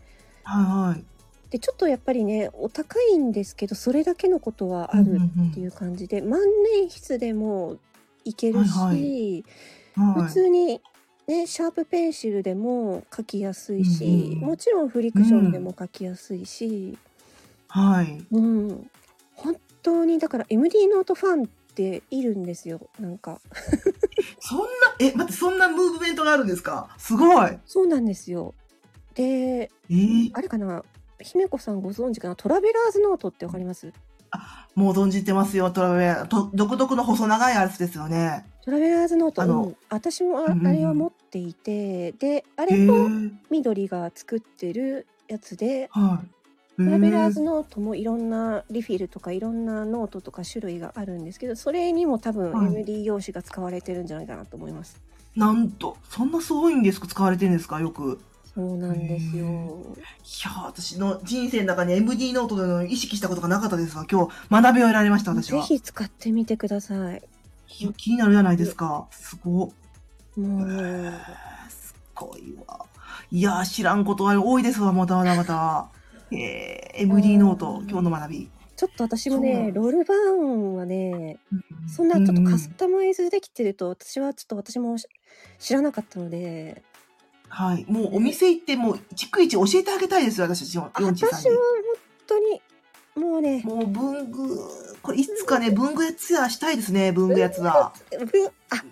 B: はいはい。
A: でちょっとやっぱりねお高いんですけどそれだけのことはあるっていう感じで、万年筆でもいけるし、
B: はいうんうんうんはい
A: 普通に、ね、シャープペンシルでも書きやすいし、
B: うんうん
A: もちろんフリクションでも書きやすいし、
B: はい。
A: うん本当にだから MD ノートファンっているんですよなんか
B: そんな、え、待って、そんなムーブメントがあるんですかすごい。
A: そうなんですよ。で
B: えー、
A: あれかな姫子さんご存知かなトラベラーズノートってわかります
B: もう存じてますよ、トラベル。と、独特の細長いアルスですよね。
A: トラベラーズノート
B: あの
A: うん私もあ
B: うんうんうん
A: あれは持っていて、であ
B: え
A: れも
B: ー、
A: 緑が作ってるやつで、
B: はい。
A: トラベラーズ
B: え
A: ノートもいろんなリフィルとかいろんなノートとか種類があるんですけどそれにも多分
B: はい
A: MD 用紙が使われてるんじゃないかなと思います。
B: ーなんと、そんなすごいんですか使われてるんですかよく。
A: そうなんですよ。
B: いやー私の人生の中に MD ノートというのを意識したことがなかったですが、今日学びを得られました、私
A: ぜ
B: は。
A: ひ使ってみてください。
B: いや気になるじゃないですか。すごっ。
A: も
B: え
A: う
B: ーすごいわ。いやー知らんことは多いですわ、またまたまた。えー、MD ノート、今日の学び。
A: ちょっと私も
B: そうな
A: ね
B: ん
A: ロールバーンはね
B: うん
A: そんなちょっとカス
B: うん
A: タマイズできてると私はちょっと私もし知らなかったので
B: はい。もうお店行って、もう、逐一教えてあげたいですよ、私、ヨンヨンチさん
A: 私
B: に
A: は。本当にもうね
B: もう文具、これいつかね、文具やつやしたいですね、文具やつは。
A: ぶあ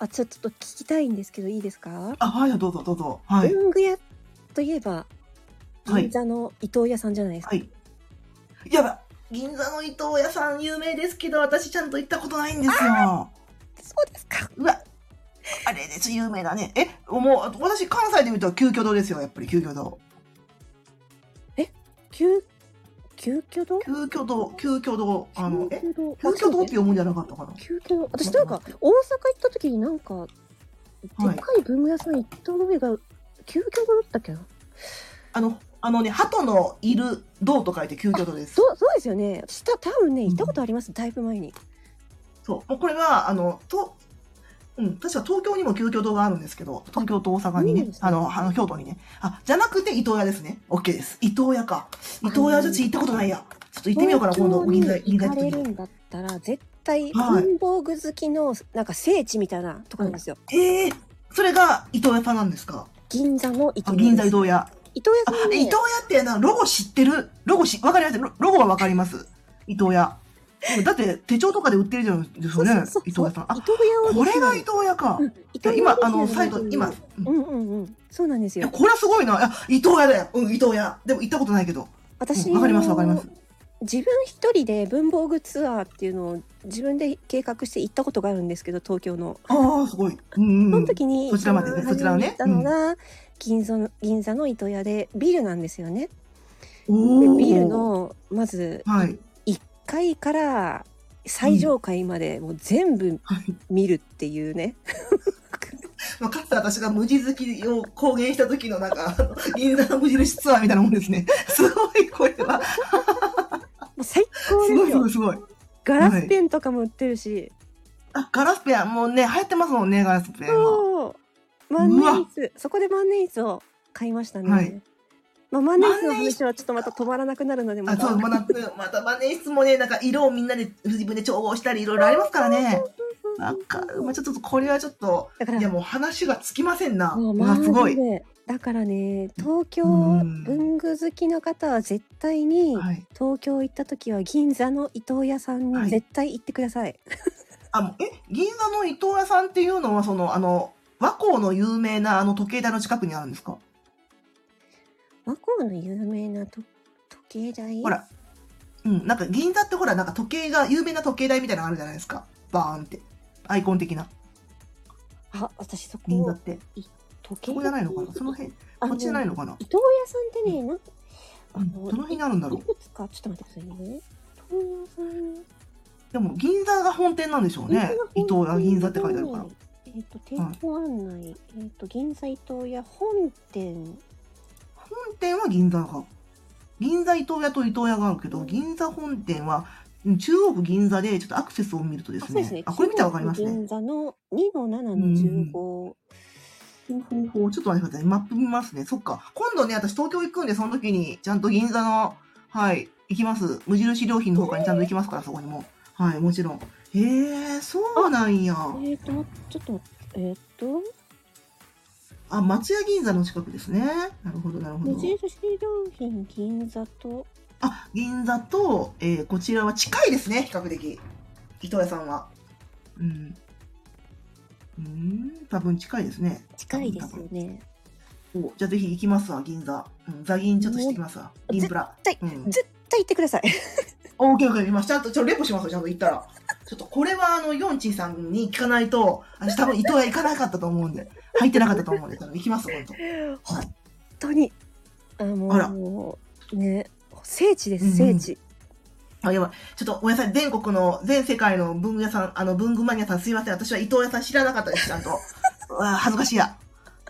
A: あちょちょっと聞きたいんですけどいいですか、
B: あ、はい、どうぞどうぞ。はい。
A: 文具屋といえば
B: はい
A: 銀座の伊藤屋さんじゃないですか、
B: はい。やば、銀座の伊藤屋さん有名ですけど、私ちゃんと行ったことないんですよ。
A: そうですか
B: うわ、あれです、有名だね。え、もう、私関西で言うと、旧居堂ですよ、やっぱり旧居堂。
A: 急急遽堂
B: 旧居堂、旧居堂、あの、え、
A: 急遽
B: 旧
A: 堂
B: 居堂って読むんじゃなかったかな。
A: 急遽堂私なんか大阪行った時になんかでっ
B: はい
A: かい文具屋さん行った上が急遽堂だったっけな
B: あの、あのね、鳩のいる堂と書いて旧居堂です。
A: そうそうですよね私た多分ね
B: うん
A: 行ったことありますだいぶ前に
B: そう。もうこれは、あの、と、うん、確か東京にも旧居堂があるんですけど、東京と大阪に
A: そう
B: ね
A: で、すね
B: あの、あの、京都にね。あ、じゃなくて伊東屋ですね。OK です。伊東屋か。伊東屋じゃちょっと行ったことないや。ちょっと行ってみようかな、今度、銀座、
A: 東京に
B: 銀座
A: 行かれ
B: 行った時
A: る
B: に。
A: んだったら絶対
B: はい
A: 文房具好きのなんか聖地みたいなとこなんですよ、
B: ええー、それが伊東屋さんなんですか
A: 銀座の伊
B: あ
A: 藤
B: 銀座伊
A: 伊
B: 東屋。
A: 藤屋
B: あ
A: さん、
B: 伊
A: ね
B: 東屋っていうのはロゴ知ってるロゴし、わかりますロロゴはわかります。伊東屋。だって手帳とかで売ってるじゃないです
A: そ
B: か
A: うそ
B: ね
A: うそう。
B: 伊藤屋さん。あ
A: 伊、藤屋を
B: こ
A: ですね
B: れが伊藤屋か。
A: うん伊藤
B: 今
A: 屋、
B: あ
A: で
B: の、
A: すね
B: サイト、今。うん
A: うんうんうん。そうなんです
B: いや
A: よ。
B: これはすごいな。いや伊藤屋だよ。うん、伊藤屋。でも行ったことないけど。
A: 私
B: うんわかりますわかります。
A: 自分一人で文房具ツアーっていうのを自分で計画して行ったことがあるんですけど、東京の。
B: ああ、すごい。うん、うん。
A: その時に、
B: そちらまでね
A: 一番
B: そちらをね
A: 初めに行ったのが、銀座の、銀座の糸屋で、ビールなんですよね。で
B: おー
A: ビール。の、まず、
B: はい。
A: 1階から最上階までもう全部
B: はい。
A: 見るっていうね。
B: まあ、かつて私が無地好きを公言した時のなんか、 あの銀座の無印ツアーみたいなもんですね。 すごい、これは。
A: もう最高
B: す
A: で
B: ご
A: す
B: い、すご
A: よ
B: い、。すごい。
A: ガラスペンとかも売ってるし。
B: あ、ガラスペア、もうね、流行ってますもんね、ガラスペアは。
A: そう。万年筆。そこで万年筆を買いましたね。
B: はい
A: まあ、万年筆の話はちょっとまた止まらなくなるので、ま
B: あ、
A: た。
B: そう、まだ、また、万年筆もね、なんか色をみんなで自分で調合したり、いろいろありますからね。わかる。まあ、ちょっと、これはちょっと、
A: だから
B: いや、もう話がつきませんな。
A: もう
B: うわ、すごい。
A: マジでだからね、東京
B: うん
A: 文具好きの方は絶対に、
B: はい。
A: 東京行った時は銀座の伊藤屋さん
B: は
A: に
B: い
A: 絶対行ってください。
B: あ、もうえ、銀座の伊藤屋さんっていうのは、その、あの、和光の有名なあの時計台の近くにあるんですか
A: 和光の有名なと時計台
B: ほら、うん、なんか銀座ってほら、なんか時計が、有名な時計台みたいなのあるじゃないですか。バーンって。アイコン的な。
A: あ、私そこ
B: 銀座って。
A: 時計
B: そこじゃないのかなその辺、
A: あ
B: こっちじゃない
A: の
B: のかな
A: 伊藤屋さんってね、なんかあ
B: うんどの辺にあるんだろ
A: いうくつかちょっと待ってくださいね。伊藤屋さん
B: でも銀座が本店なんでしょうね。伊藤屋銀座って書いてあるから。。
A: えっ、と店舗案内、えっ、と銀座伊藤屋本店。
B: 本店は銀座が。銀座伊東屋と伊東屋があるけど、銀座本店は、うん中央区銀座でちょっとアクセスを見るとですね。あ、これ見たらわかります
A: 中央
B: ね。
A: 銀座の二の七の十五。
B: ほうほうほうちょっと待ってください。マップ見ますね。そっか。今度ね、私東京行くんで、その時に、ちゃんと銀座の、はい、行きます。無印良品の方からちゃんと行きますから、そこにも。はい、もちろん。へえ、そうなんや。
A: えっ、と待ってちょっと待ってえっ、と
B: あ、松屋銀座の近くですね。なるほど、なるほ
A: 無
B: ど。
A: 印良品銀座と
B: あ、銀座と、えーこちらは近いですね、比較的。伊藤屋さんは。うん。うん、多分近いですね。
A: 近いですよね。
B: おじゃあぜひ行きますわ、銀座。うん、座銀ちょっとしてきますわ。銀プラ。
A: 絶
B: うん
A: 絶対行ってください。
B: オーケーオーケー、今、ちゃんと、ちょっとレポしますよ、ちゃんと言ったら。ちょっとこれは、あの、ヨンチンさんに聞かないと、私多分伊藤屋行かなかったと思うんで、入ってなかったと思うんで、多分行きます、今度。
A: 本当にあ
B: あら
A: のね聖地で
B: うんう
A: す
B: ん
A: 聖地、
B: あ、やばい。ちょっとごめんなさい。全国の、全世界の文具屋さん、あの、文具マニアさん、すいません。私は伊藤屋さん知らなかったです、ちゃんと。うわ恥ずかしいや。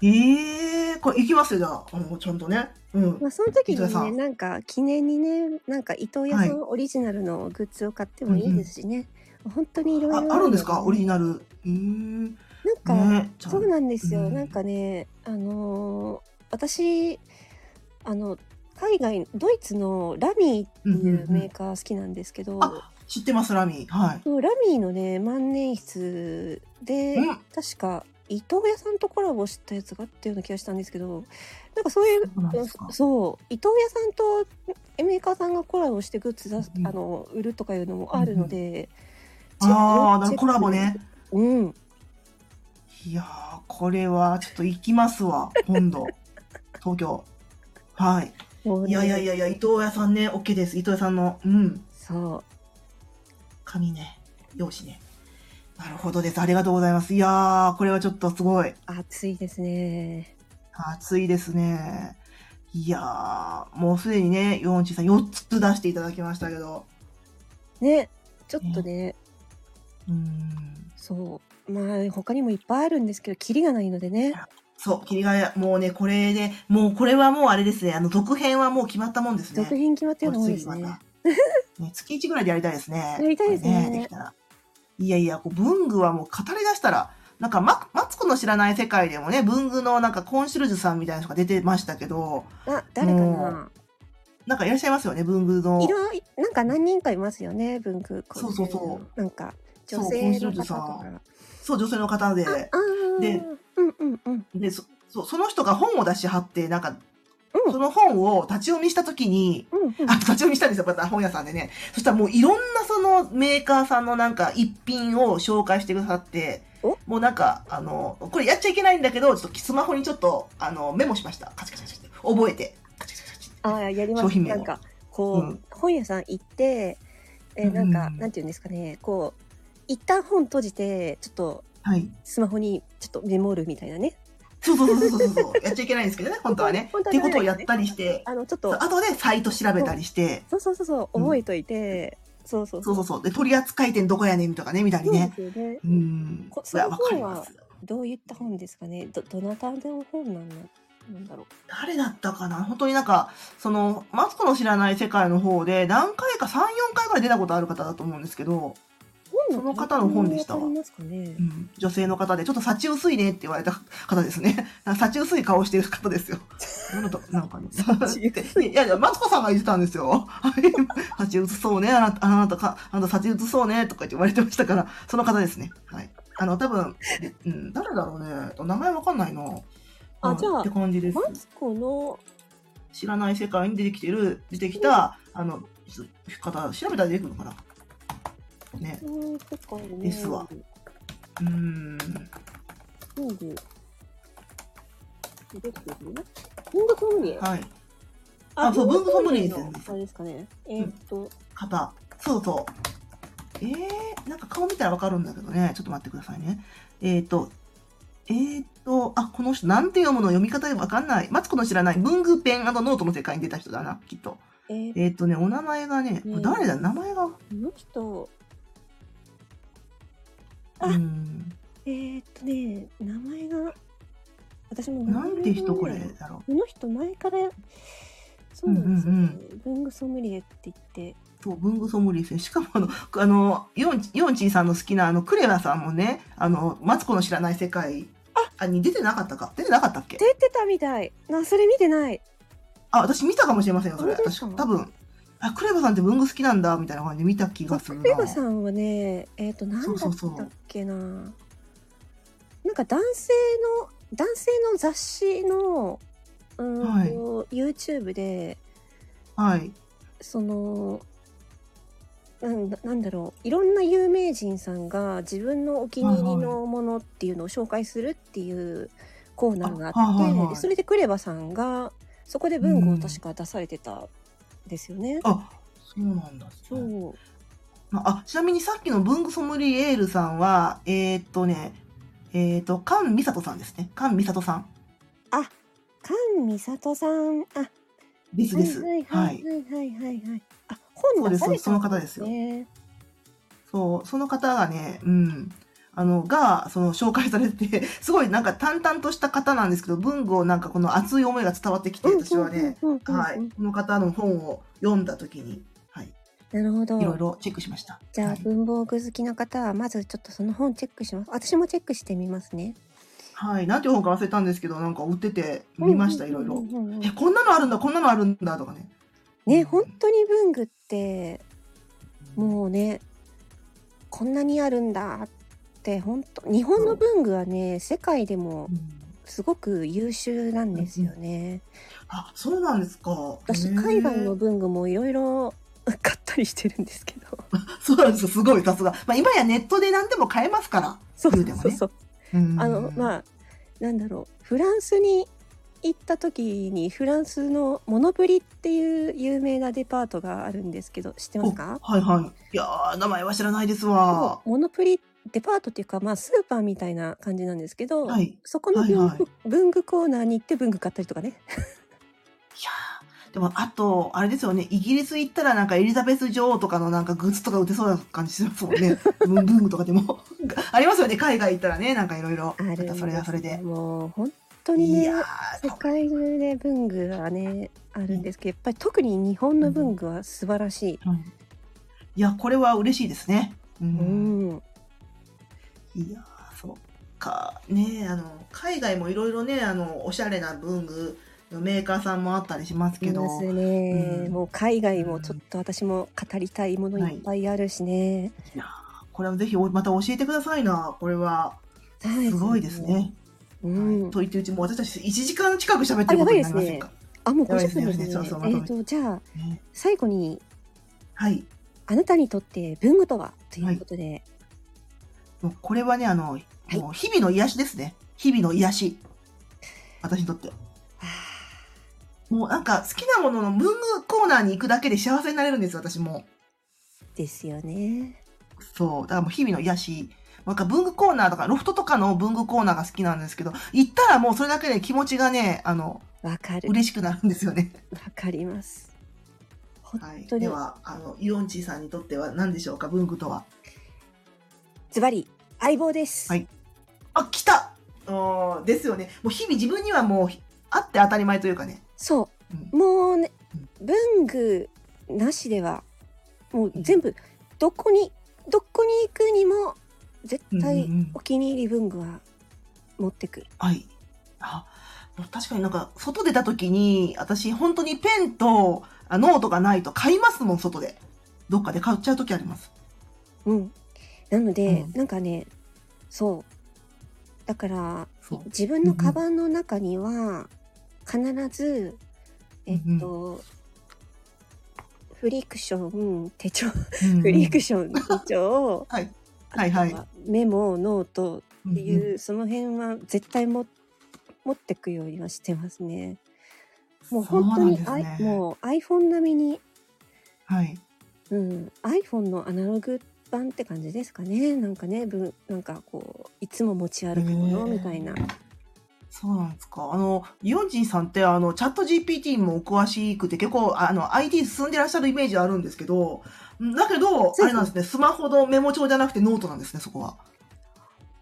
B: ええこれ行きますよ、じゃあ。うん、ちゃんとね。うん。
A: まあその時
B: 伊藤
A: に
B: さ
A: ね
B: ん
A: なんか記念にねなんか伊藤屋さんオリジナルのグッズを買ってもいいですしね、本当にいろいろ
B: あ、あるんですかオリジナル。えー、
A: なんか、
B: ね。ちゃん
A: そうなんですよ、
B: うん
A: なんかねあのー私あの海外ドイツのラミーっていうメーカー好きなんですけど、
B: あ知ってます、ラミー。はい。
A: そうラミーのね万年筆で、
B: うん
A: 確か伊藤屋さんとコラボしたやつがあったような気がしたんですけどなんかそういう
B: そうなんですか
A: そう伊藤屋さんとメーカーさんがコラボしてグッズ出す、
B: うん
A: あの売るとかいうのもあるので、
B: ああ、
A: チェック
B: なるコラボね。
A: うん
B: いやー、これは、ちょっと行きますわ。今度。東京。はい。
A: もう
B: い
A: ね
B: やいやいやいや、伊藤屋さんね、OK です。伊藤屋さんの。うん。
A: そう
B: 紙ね。用紙ね。なるほどです。ありがとうございます。いやー、これはちょっとすごい。
A: 暑いですね
B: 熱いですね。いやー、もうすでにね、ヨンチさん4つ出していただきましたけど。
A: ねちょっとね、
B: うーん。
A: そうまあ他にもいっぱいあるんですけどキリがないのでね
B: そう、霧が谷、もうね、これで、もうこれはもうあれですね、あの、続編はもう決まったもんですね。
A: 続編決まってるの多いです
B: これ次
A: ね
B: また ね月1ぐらいでやりたいですね。
A: やりたいですね
B: これできたら。いやいや、こう文具はもう語り出したら、なんかマ、マツコの知らない世界でもね、文具のなんかコンシェルジュさんみたいな人が出てましたけど、
A: あ誰か
B: も
A: な
B: なんかいらっしゃいますよね、文具の
A: い。ろいなんか何人かいますよね文具コンシェルジュ
B: そうそうそう
A: なんか
B: そう
A: 女性
B: コ
A: の
B: ンシェルジ
A: 方
B: ュ
A: と
B: さん
A: か
B: そう、女性の方で
A: あ。あー
B: で
A: うんうんうん
B: で、そそうその人が本を出しはって、なんか、
A: うん
B: その本を立ち読みしたときに、
A: うんうん
B: あ、立ち読みしたんですよ、また本屋さんでね。そしたらもういろんなそのメーカーさんのなんか一品を紹介してくださって
A: お、
B: もうなんか、あの、これやっちゃいけないんだけど、ちょっとスマホにちょっと、あの、メモしました。カチカチカチって。覚えて。カチカチカチって。
A: あーやりま
B: 商
A: す
B: 品名
A: な
B: を
A: んかこう、
B: うん
A: 本屋さん行って、えーなんか、
B: うん
A: なんていうんですかねこう一旦本閉じてちょっと
B: はい。
A: スマホにちょっとメモるみたいなね
B: そうそうそうそうそう。やっちゃいけないんですけどね、本当はね。
A: 本当は
B: って
A: ダ
B: こ
A: メ
B: と
A: だ
B: を
A: け
B: や
A: どね
B: ったりして、
A: あのちょっと
B: 後でサイト調べたりして、
A: そうそうそうそう
B: うん
A: 覚えといて、そうそう
B: そうそうそう。で、取扱店どこやねんとかね、見たり
A: そう
B: ね。
A: ですよね
B: うん。
A: こ
B: それはわかります。
A: どういった本ですかねどどなたの本なんだなんだろう
B: 誰だったかな本当になんか、その、マツコの知らない世界の方で、何回か3、4回ぐらい出たことある方だと思うんですけど、
A: 本
B: その方の本でしたわ
A: わかりますかね
B: うん、女性の方で、ちょっと幸薄いねって言われた 方ですね。幸薄い顔してる方ですよ。なんだなんかね。
A: 幸
B: いやいや、マツコさんが言ってたんですよ。はい幸薄そうね、あなた、あなたか、あなた幸薄そうね、とか言って言われてましたから、その方ですね。はい。あの、多分、うん、誰だろうね。名前わかんないな。
A: あ
B: はい
A: じゃあ
B: って感じです。
A: マツコの
B: 知らない世界に出てきてる出てきたあのちょっと方調べたら出てくるのかなね
A: うんとかね
B: ですわうーん
A: 本で出てる文学ソムリエ
B: はいあそう文学ソムリエですよね
A: あれですかねえーっと、
B: 方そうそうえー、なんか顔見たらわかるんだけどねちょっと待ってくださいねえっ、ー、とえー、と、あ、この人、なんて読むの読み方わかんない。マツコの知らない文具ペンノートの世界に出た人だな、きっと。
A: えー
B: えっ、ー、とね、お名前がね、
A: うん
B: 誰だ名前が。う
A: この人あ
B: ーん。
A: えーっとね名前が私も名前
B: な
A: が
B: んて人これだろう。
A: この人前からそうなんですよ、ね文具ソムリエって言って
B: そう、文具ソムリエ選手。しかもあの、あの、ヨンチヨンチーさんの好きなあの、クレアさんもね、あの、マツコの知らない世界あに出てなかったか出てなかったっけ
A: 出てたみたいなそれ見てない
B: あ、私見たかもしれませんよ、それ。
A: 本当です
B: 私
A: か
B: 多分、あ、クレバさんって文具好きなんだ、みたいな感じで見た気がするな。
A: ペグさんはねえーっと何だ
B: そう
A: っ
B: そうそう
A: たっけななんか男性の男性の雑誌のうーんと、YouTube で
B: はい。
A: そのなんなんだろういろんな有名人さんが自分のお気に入りのものっていうのを紹介するっていうコーナーがあって
B: あはいはいはい
A: でそれでクレバさんがそこで文具を確か出されてたんですよね。
B: あ、そうなんだ。
A: そう
B: まあ、あちなみにさっきの文具ソムリエールさんは、えーっとね、えーっと、菅美里さんですね。菅美里さん。
A: 菅美里さんあ
B: ですです。
A: はい
B: は
A: はいい。はいはいはいはい、はい、あ本出された
B: そうですその方ですよ
A: ね
B: そう、その方がね、うん。あの、が、その、紹介されて、 すごいなんか淡々とした方なんですけど、文具をなんかこの熱い思いが伝わってきて、私はね、
A: うんうんうんうん
B: はい、この方の本を読んだ時に、はい、
A: なるほど
B: いろいろチェックしました。
A: じゃ
B: は
A: あ
B: い
A: 文房具好きな方はまずちょっとその本チェックします私もチェックしてみますね
B: はい、なんていう本か忘れたんですけど、なんか売ってて見ました、いろいろ。
A: ろ
B: え、こんなのあるんだ、こんなのあるんだ、とかね。
A: ね本当に文具ってもうねこんなにあるんだって本当日本の文具はね世界でも
B: うん
A: すごく優秀なんですよね。
B: あ、そうなんですか。
A: 私
B: へー
A: 海外の文具もいろいろ 買ったりしてるんですけど。
B: そうなんですよ、すごい、さすが。まあ、今やネットで何でも買えますから。
A: そう
B: 言うても
A: そう
B: ね
A: そう。
B: うん
A: あのまあなんだろうフランスに行った時にフランスのモノプリっていう有名なデパートがあるんですけど知ってますか
B: はいはい。いやー、名前は知らないですわ。
A: モノプリデパートっていうか、まあ、スーパーみたいな感じなんですけど、
B: はい。いや
A: そこの文具,、
B: はいはい
A: 文具コーナーに行って文具買ったりとかね。
B: ーでも、あと、あれですよね、イギリス行ったらなんかエリザベス女王とかのなんかグッズとか売ってそうな感じしますもん ね。文具とかでも。 ありますよね、海外行ったらね、なんかいろいろ。
A: あるん
B: ま
A: です
B: たそれはそれで。
A: もう本当に
B: い
A: ね
B: や
A: 世
B: ー、
A: 界中で文具はねあるんですけどやっぱり特に日本の文具は素晴らしい。
B: うんいや、これは嬉しいですね。う。
A: うんん、
B: いやー、そうか。ねあの、海外もいろいろね、あの、おしゃれな文具のメーカーさんもあったりしますけ
A: い
B: ど。
A: ますね、
B: うん
A: もう海外もちょっと私も語りたいものいっぱいあるしね、
B: いやーこれはぜひおまた教えてくださいな、これは。
A: はい
B: すごいですね。
A: う
B: はい
A: ん、
B: と言ってるうちもう私たち1時間近く喋ってることになりませんか。
A: ああ、もう50分ですね。
B: やばいですねそうそう
A: えっ、と、じゃあ、
B: ね
A: 最後に、
B: はい。
A: あなたにとって文具とはということで、
B: もうこれはね、あの、
A: い
B: もう日々の癒しですね。日々の癒し。私にとって。
A: あ
B: もうなんか好きなものの文具コーナーに行くだけで幸せになれるんですよ、私も。
A: ーですよね。
B: そう。だからもう日々の癒し。なんか文具コーナーとか、ロフトとかの文具コーナーが好きなんですけど、行ったらもうそれだけで気持ちがね、あの、
A: わかる。
B: 嬉しくなるんですよね。
A: わかります。本
B: はい。
A: 当に、
B: では、あの、イオンチーさんにとっては何でしょうか、文具とは。
A: ズバリ、相棒です。
B: はいあ、来たおーですよね。もう日々自分にはもう、あって当たり前というかね。
A: そうう。もうね
B: うん、
A: 文具なしでは、もう全部、どこに、どこに行くにも、絶対
B: うんうんうん
A: お気に入り文具は持ってく。
B: はい。あ、もう確かになんか、外出た時に、私、本当にペンとあノートがないと買いますもん、外で。どっかで買っちゃう時あります。
A: うん。なので、
B: うん
A: なんかね、そう。だから、
B: そう。
A: 自分のカバンの中には、必ず、えっと、フリクション、手帳、
B: うん
A: フリクション、手帳、
B: はいはいはい
A: あとはメモ、ノートって
B: うんうん
A: いう、その辺は絶対も持ってくようにはしてますね。もう本当に、
B: そうなんですね
A: あいもう iPhone 並みに、
B: はい。
A: うん、iPhone のアナログ版って感じですかね。なんかね、ぶんなんかこう、いつも持ち歩くものみたいな。
B: そうなんですか。あの、イオンジンさんって、あの、チャット GPT もお詳しくて、結構、あの、IT 進んでらっしゃるイメージあるんですけど、んだけど、
A: そう
B: あれなんですね、スマホのメモ帳じゃなくてノートなんですね、そこは。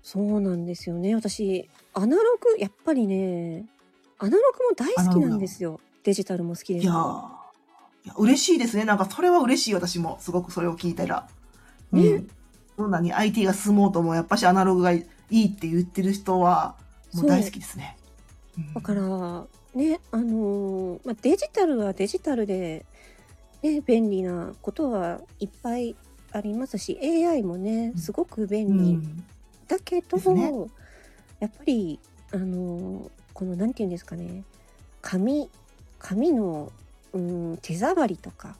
A: そうなんですよね。私、アナログ、やっぱりね、アナログも大好きなんですよ。デジタルも好きです
B: い
A: け
B: や
A: ど。
B: ーいや嬉しいですね。なんか、それは嬉しい、私も。すごくそれを聞いたら。
A: ね
B: うん。どんなに IT が進もうとも、やっぱしアナログがいいって言ってる人は、もう大好きですね。うん
A: だから、ね、あのーまあ、デジタルはデジタルで、ね、便利なことはいっぱいありますし、AI もね、
B: うん
A: すごく便
B: う
A: 利。
B: ん。
A: だけど、
B: ですね
A: やっぱり、あのーこの、なんていうんですかね、紙、紙の、うん、手触りとか、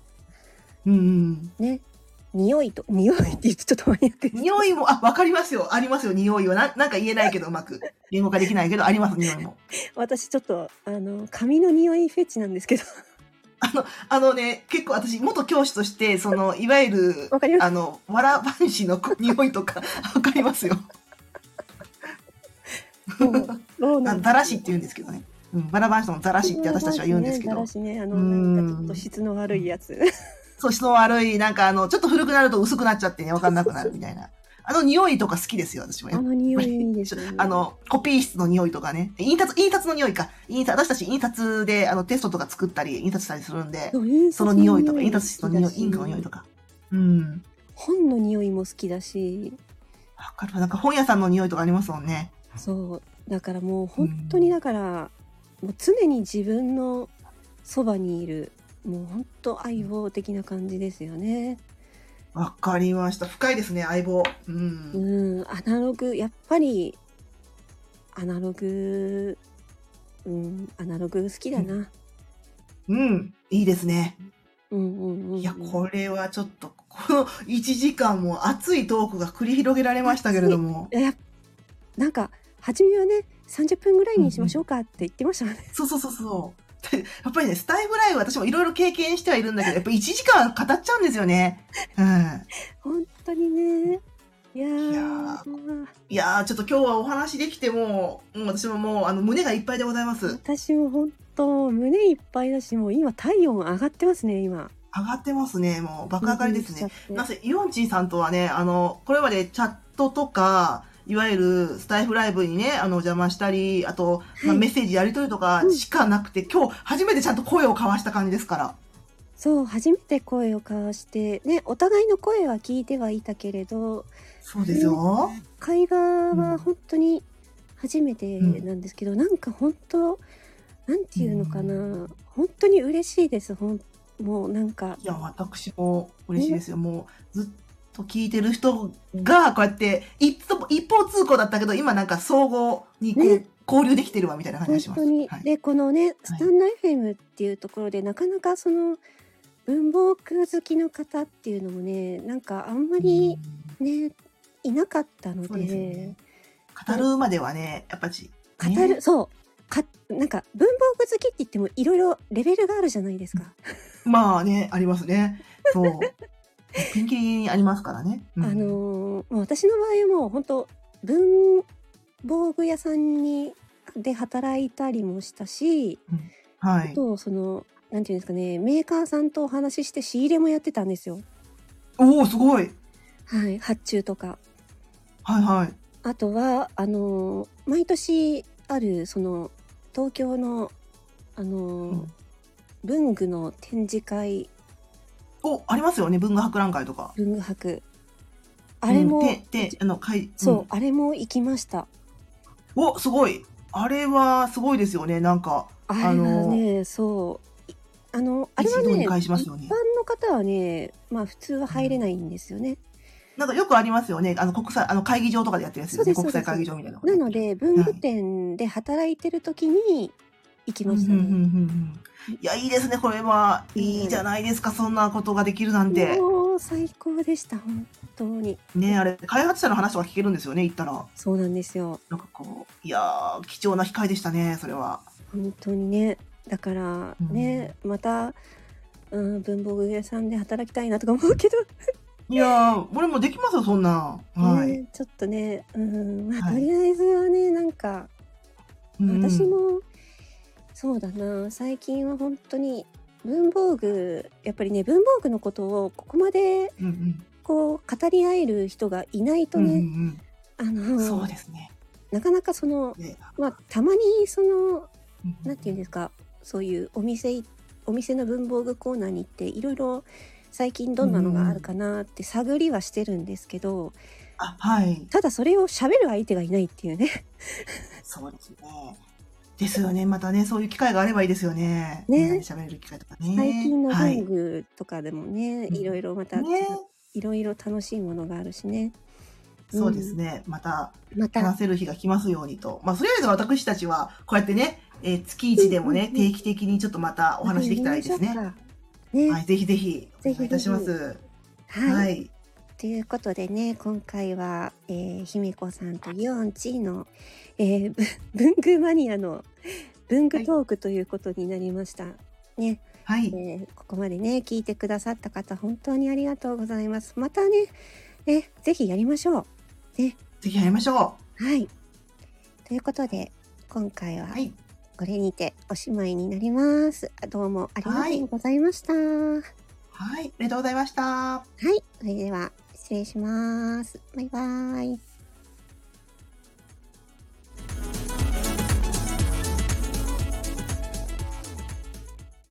B: うんうん。
A: ね、匂いと、匂いって言うとちょっとマニアックですけど
B: 匂いも、あ、わかりますよ。ありますよ、匂いは。ななんか言えないけど、うま く。言語化できないけど、あります、匂いも。
A: 私ちょっとあの髪の匂いフェチなんですけど
B: あのね、結構私、元教師として、その、いわゆる、
A: わかります
B: あの、わらばんしのこ匂いとか、 わかりますよ。
A: もうそうな
B: あ
A: んですよ
B: だらしって言うんですけどね。うん、バラバンシのザラシって私たちは言うんですけ
A: だ
B: ど
A: ら、しねだらしねあの
B: うん
A: なんかちょっと質の悪いやつ
B: そう、質の悪い、なんかあの、ちょっと古くなると薄くなっちゃってね、わかんなくなるみたいな。あの匂いとか好きですよ、私も。
A: あの匂いですよね
B: あの、コピー室の匂いとかね。印刷、印刷の匂いか。印刷、私たち印刷で、あの、テストとか作ったり、印刷したりするんで、
A: そう印刷
B: その匂いとか、印刷室の匂
A: 好きだ
B: い、
A: し
B: インクの匂いとか。うん。
A: 本の匂いも好きだし
B: わかるわ。なんか本屋さんの匂いとかありますもんね。
A: そうだからもう本当にだから、もう常に自分のそばにいるもう本当相棒的な感じですよね
B: わかりました。深いですね、相棒。うん。
A: うん、アナログ、やっぱり、アナログ、うん、アナログ好きだな。
B: うん。いいですね。
A: うんうんうん。
B: いや、これはちょっと、この1時間も熱いトークが繰り広げられましたけれども。
A: いやなんか、初めはね、30分ぐらいにしましょうかって言ってましたもんね。
B: そうそうそうそう。でやっぱりね、スタイフライブ私もいろいろ経験してはいるんだけど、やっぱ1時間語っちゃうんですよね。うん。
A: 本当にね。いやー
B: いやいやー、ちょっと今日はお話できてもう、もう私ももう、あの、胸がいっぱいでございます。
A: 私も本当、胸いっぱいだし、もう今、体温上がってますね、今。
B: 上がってますね。もう、爆上がりですね。
A: うん。
B: なぜ、イオンチンさんとはね、あの、これまでチャットとか、いわゆるスタイフライブにね、あの、邪魔したり、あと、まあ
A: はい
B: メッセージやり取りとかしかなくて、今日初めてちゃんと声を交わした感じですから。
A: そう、初めて声を交わして、ね、お互いの声は聞いてはいたけれど、
B: そうですよ。
A: 絵画は本当に初めてなんですけど、なんか本当なんていうのかな、
B: うん
A: 本当に嬉しいですほんもうなんか
B: いや、私も嬉しいですよ。もう、ずっと聞いてる人が、こうやって、一歩一方通行だったけど、今なんか総合にこう、
A: ね
B: 交流できてるわみたいな感じ
A: 本
B: がします。
A: 当に、
B: はい、
A: でこのねスタンド FM っていうところで、なかなかその文房具好きの方っていうのもねなんかあんまりね、いなかったの
B: うん
A: で
B: そうですよね。語るまではね、やっぱし、
A: 語
B: ね
A: る、そうかなんか文房具好きって言ってもいろいろレベルがあるじゃないですか、
B: まあね、ありますね。 そう。ピンキリにありますからね。うん
A: あのーもう私の場合はもう本当文房具屋さんにで働いたりもしたし、
B: は
A: あ
B: い。
A: とそのなんていうんですかねメーカーさんとお話しして仕入れもやってたんですよ。
B: おお、すごい。
A: はい、発注とか
B: はいはい。
A: あとはあのー毎年あるその東京のあのー
B: うん
A: 文具の展示会
B: お、ありますよね。文具博覧会とか。
A: 文具博あれも、
B: うんで、で、あの、会、
A: そう、
B: ん
A: あれも行きました
B: お、すごい。あれはすごいですよね。なんか、
A: あれはね、そういあのあれは
B: 一堂
A: ね
B: に会します
A: 一
B: よね
A: 般の方はねまあ普通は入れないんですよね、
B: なんかよくありますよね。あの、国際、あの、会議場とかでやってるやつですね。
A: そうです
B: 国
A: そうで
B: 際
A: す
B: 会議場みたいな。
A: なの、で文具店で働いてる時に行き
B: うんう
A: ま
B: ん
A: し
B: う
A: た
B: んう
A: ね、
B: んうん。いや、いいですね。これは、いいじゃないですか。そんなことができるなんて。
A: もう最高でした本当に
B: ね、あれ、開発者の話とか聞けるんですよね。行ったら。
A: そうなんですよ
B: なんかこう、いやー、貴重な機会でしたね、それは。
A: 本当にねだからね、また、うん、文房具屋さんで働きたいなとか思うけど、
B: いやー、俺もできますよ、そんな。はい。
A: ねちょっとね、うんまあ、
B: はい
A: とりあえずはねなんか
B: うん
A: 私。もそうだな最近は本当に文房具やっぱりね文房具のことをここまで
B: うんうん。
A: こう語り合える人がいないと
B: うんう
A: ね、
B: ん
A: あ
B: うん。
A: の
B: そうですね。
A: なかなかその、
B: ね
A: まあ、たまにそのなんていうん
B: で
A: ですかそういうお店いお店の文房具コーナーに行っていろいろ最近どんなのがあるかなって探りはしてるんですけど、
B: あ、はい。
A: ただそれを喋る相手がいないっていうね
B: そうですね。ですよね。またね、そういう機会があればいいですよね。
A: ね
B: みんなで喋れる機会とかね。
A: 最近の
B: は
A: 文
B: い。
A: 具とかでもね、
B: うん
A: いろいろまた違う
B: ね。
A: いろいろ楽しいものがあるしね。
B: そうですね。また
A: また、
B: 話せる日が来ますようにと。まあ、とりあえず私たちは、こうやってね、えー月一でもね、
A: うんうんうん
B: 定期的にちょっとまたお話できたらいいですね。
A: またやりましょ
B: は
A: うかね
B: い、ぜひぜひ、お願いいたします。
A: ぜはい、
B: はい
A: ということでね、今回は、えー、姫子さんとイオンチーの、えーぶ 文具マニアの文具トークということになりました。ね、
B: はい
A: え。ーここまでね、聞いてくださった方、本当にありがとうございます。またね、えぜひやりましょう。
B: ぜひやりましょ
A: はい。ということで、今回
B: う。
A: は
B: はい。
A: これにておしまいになります。どうもありがとうございました。はい、
B: はい。ありがとうございました。
A: それでは失礼します。バイバイ。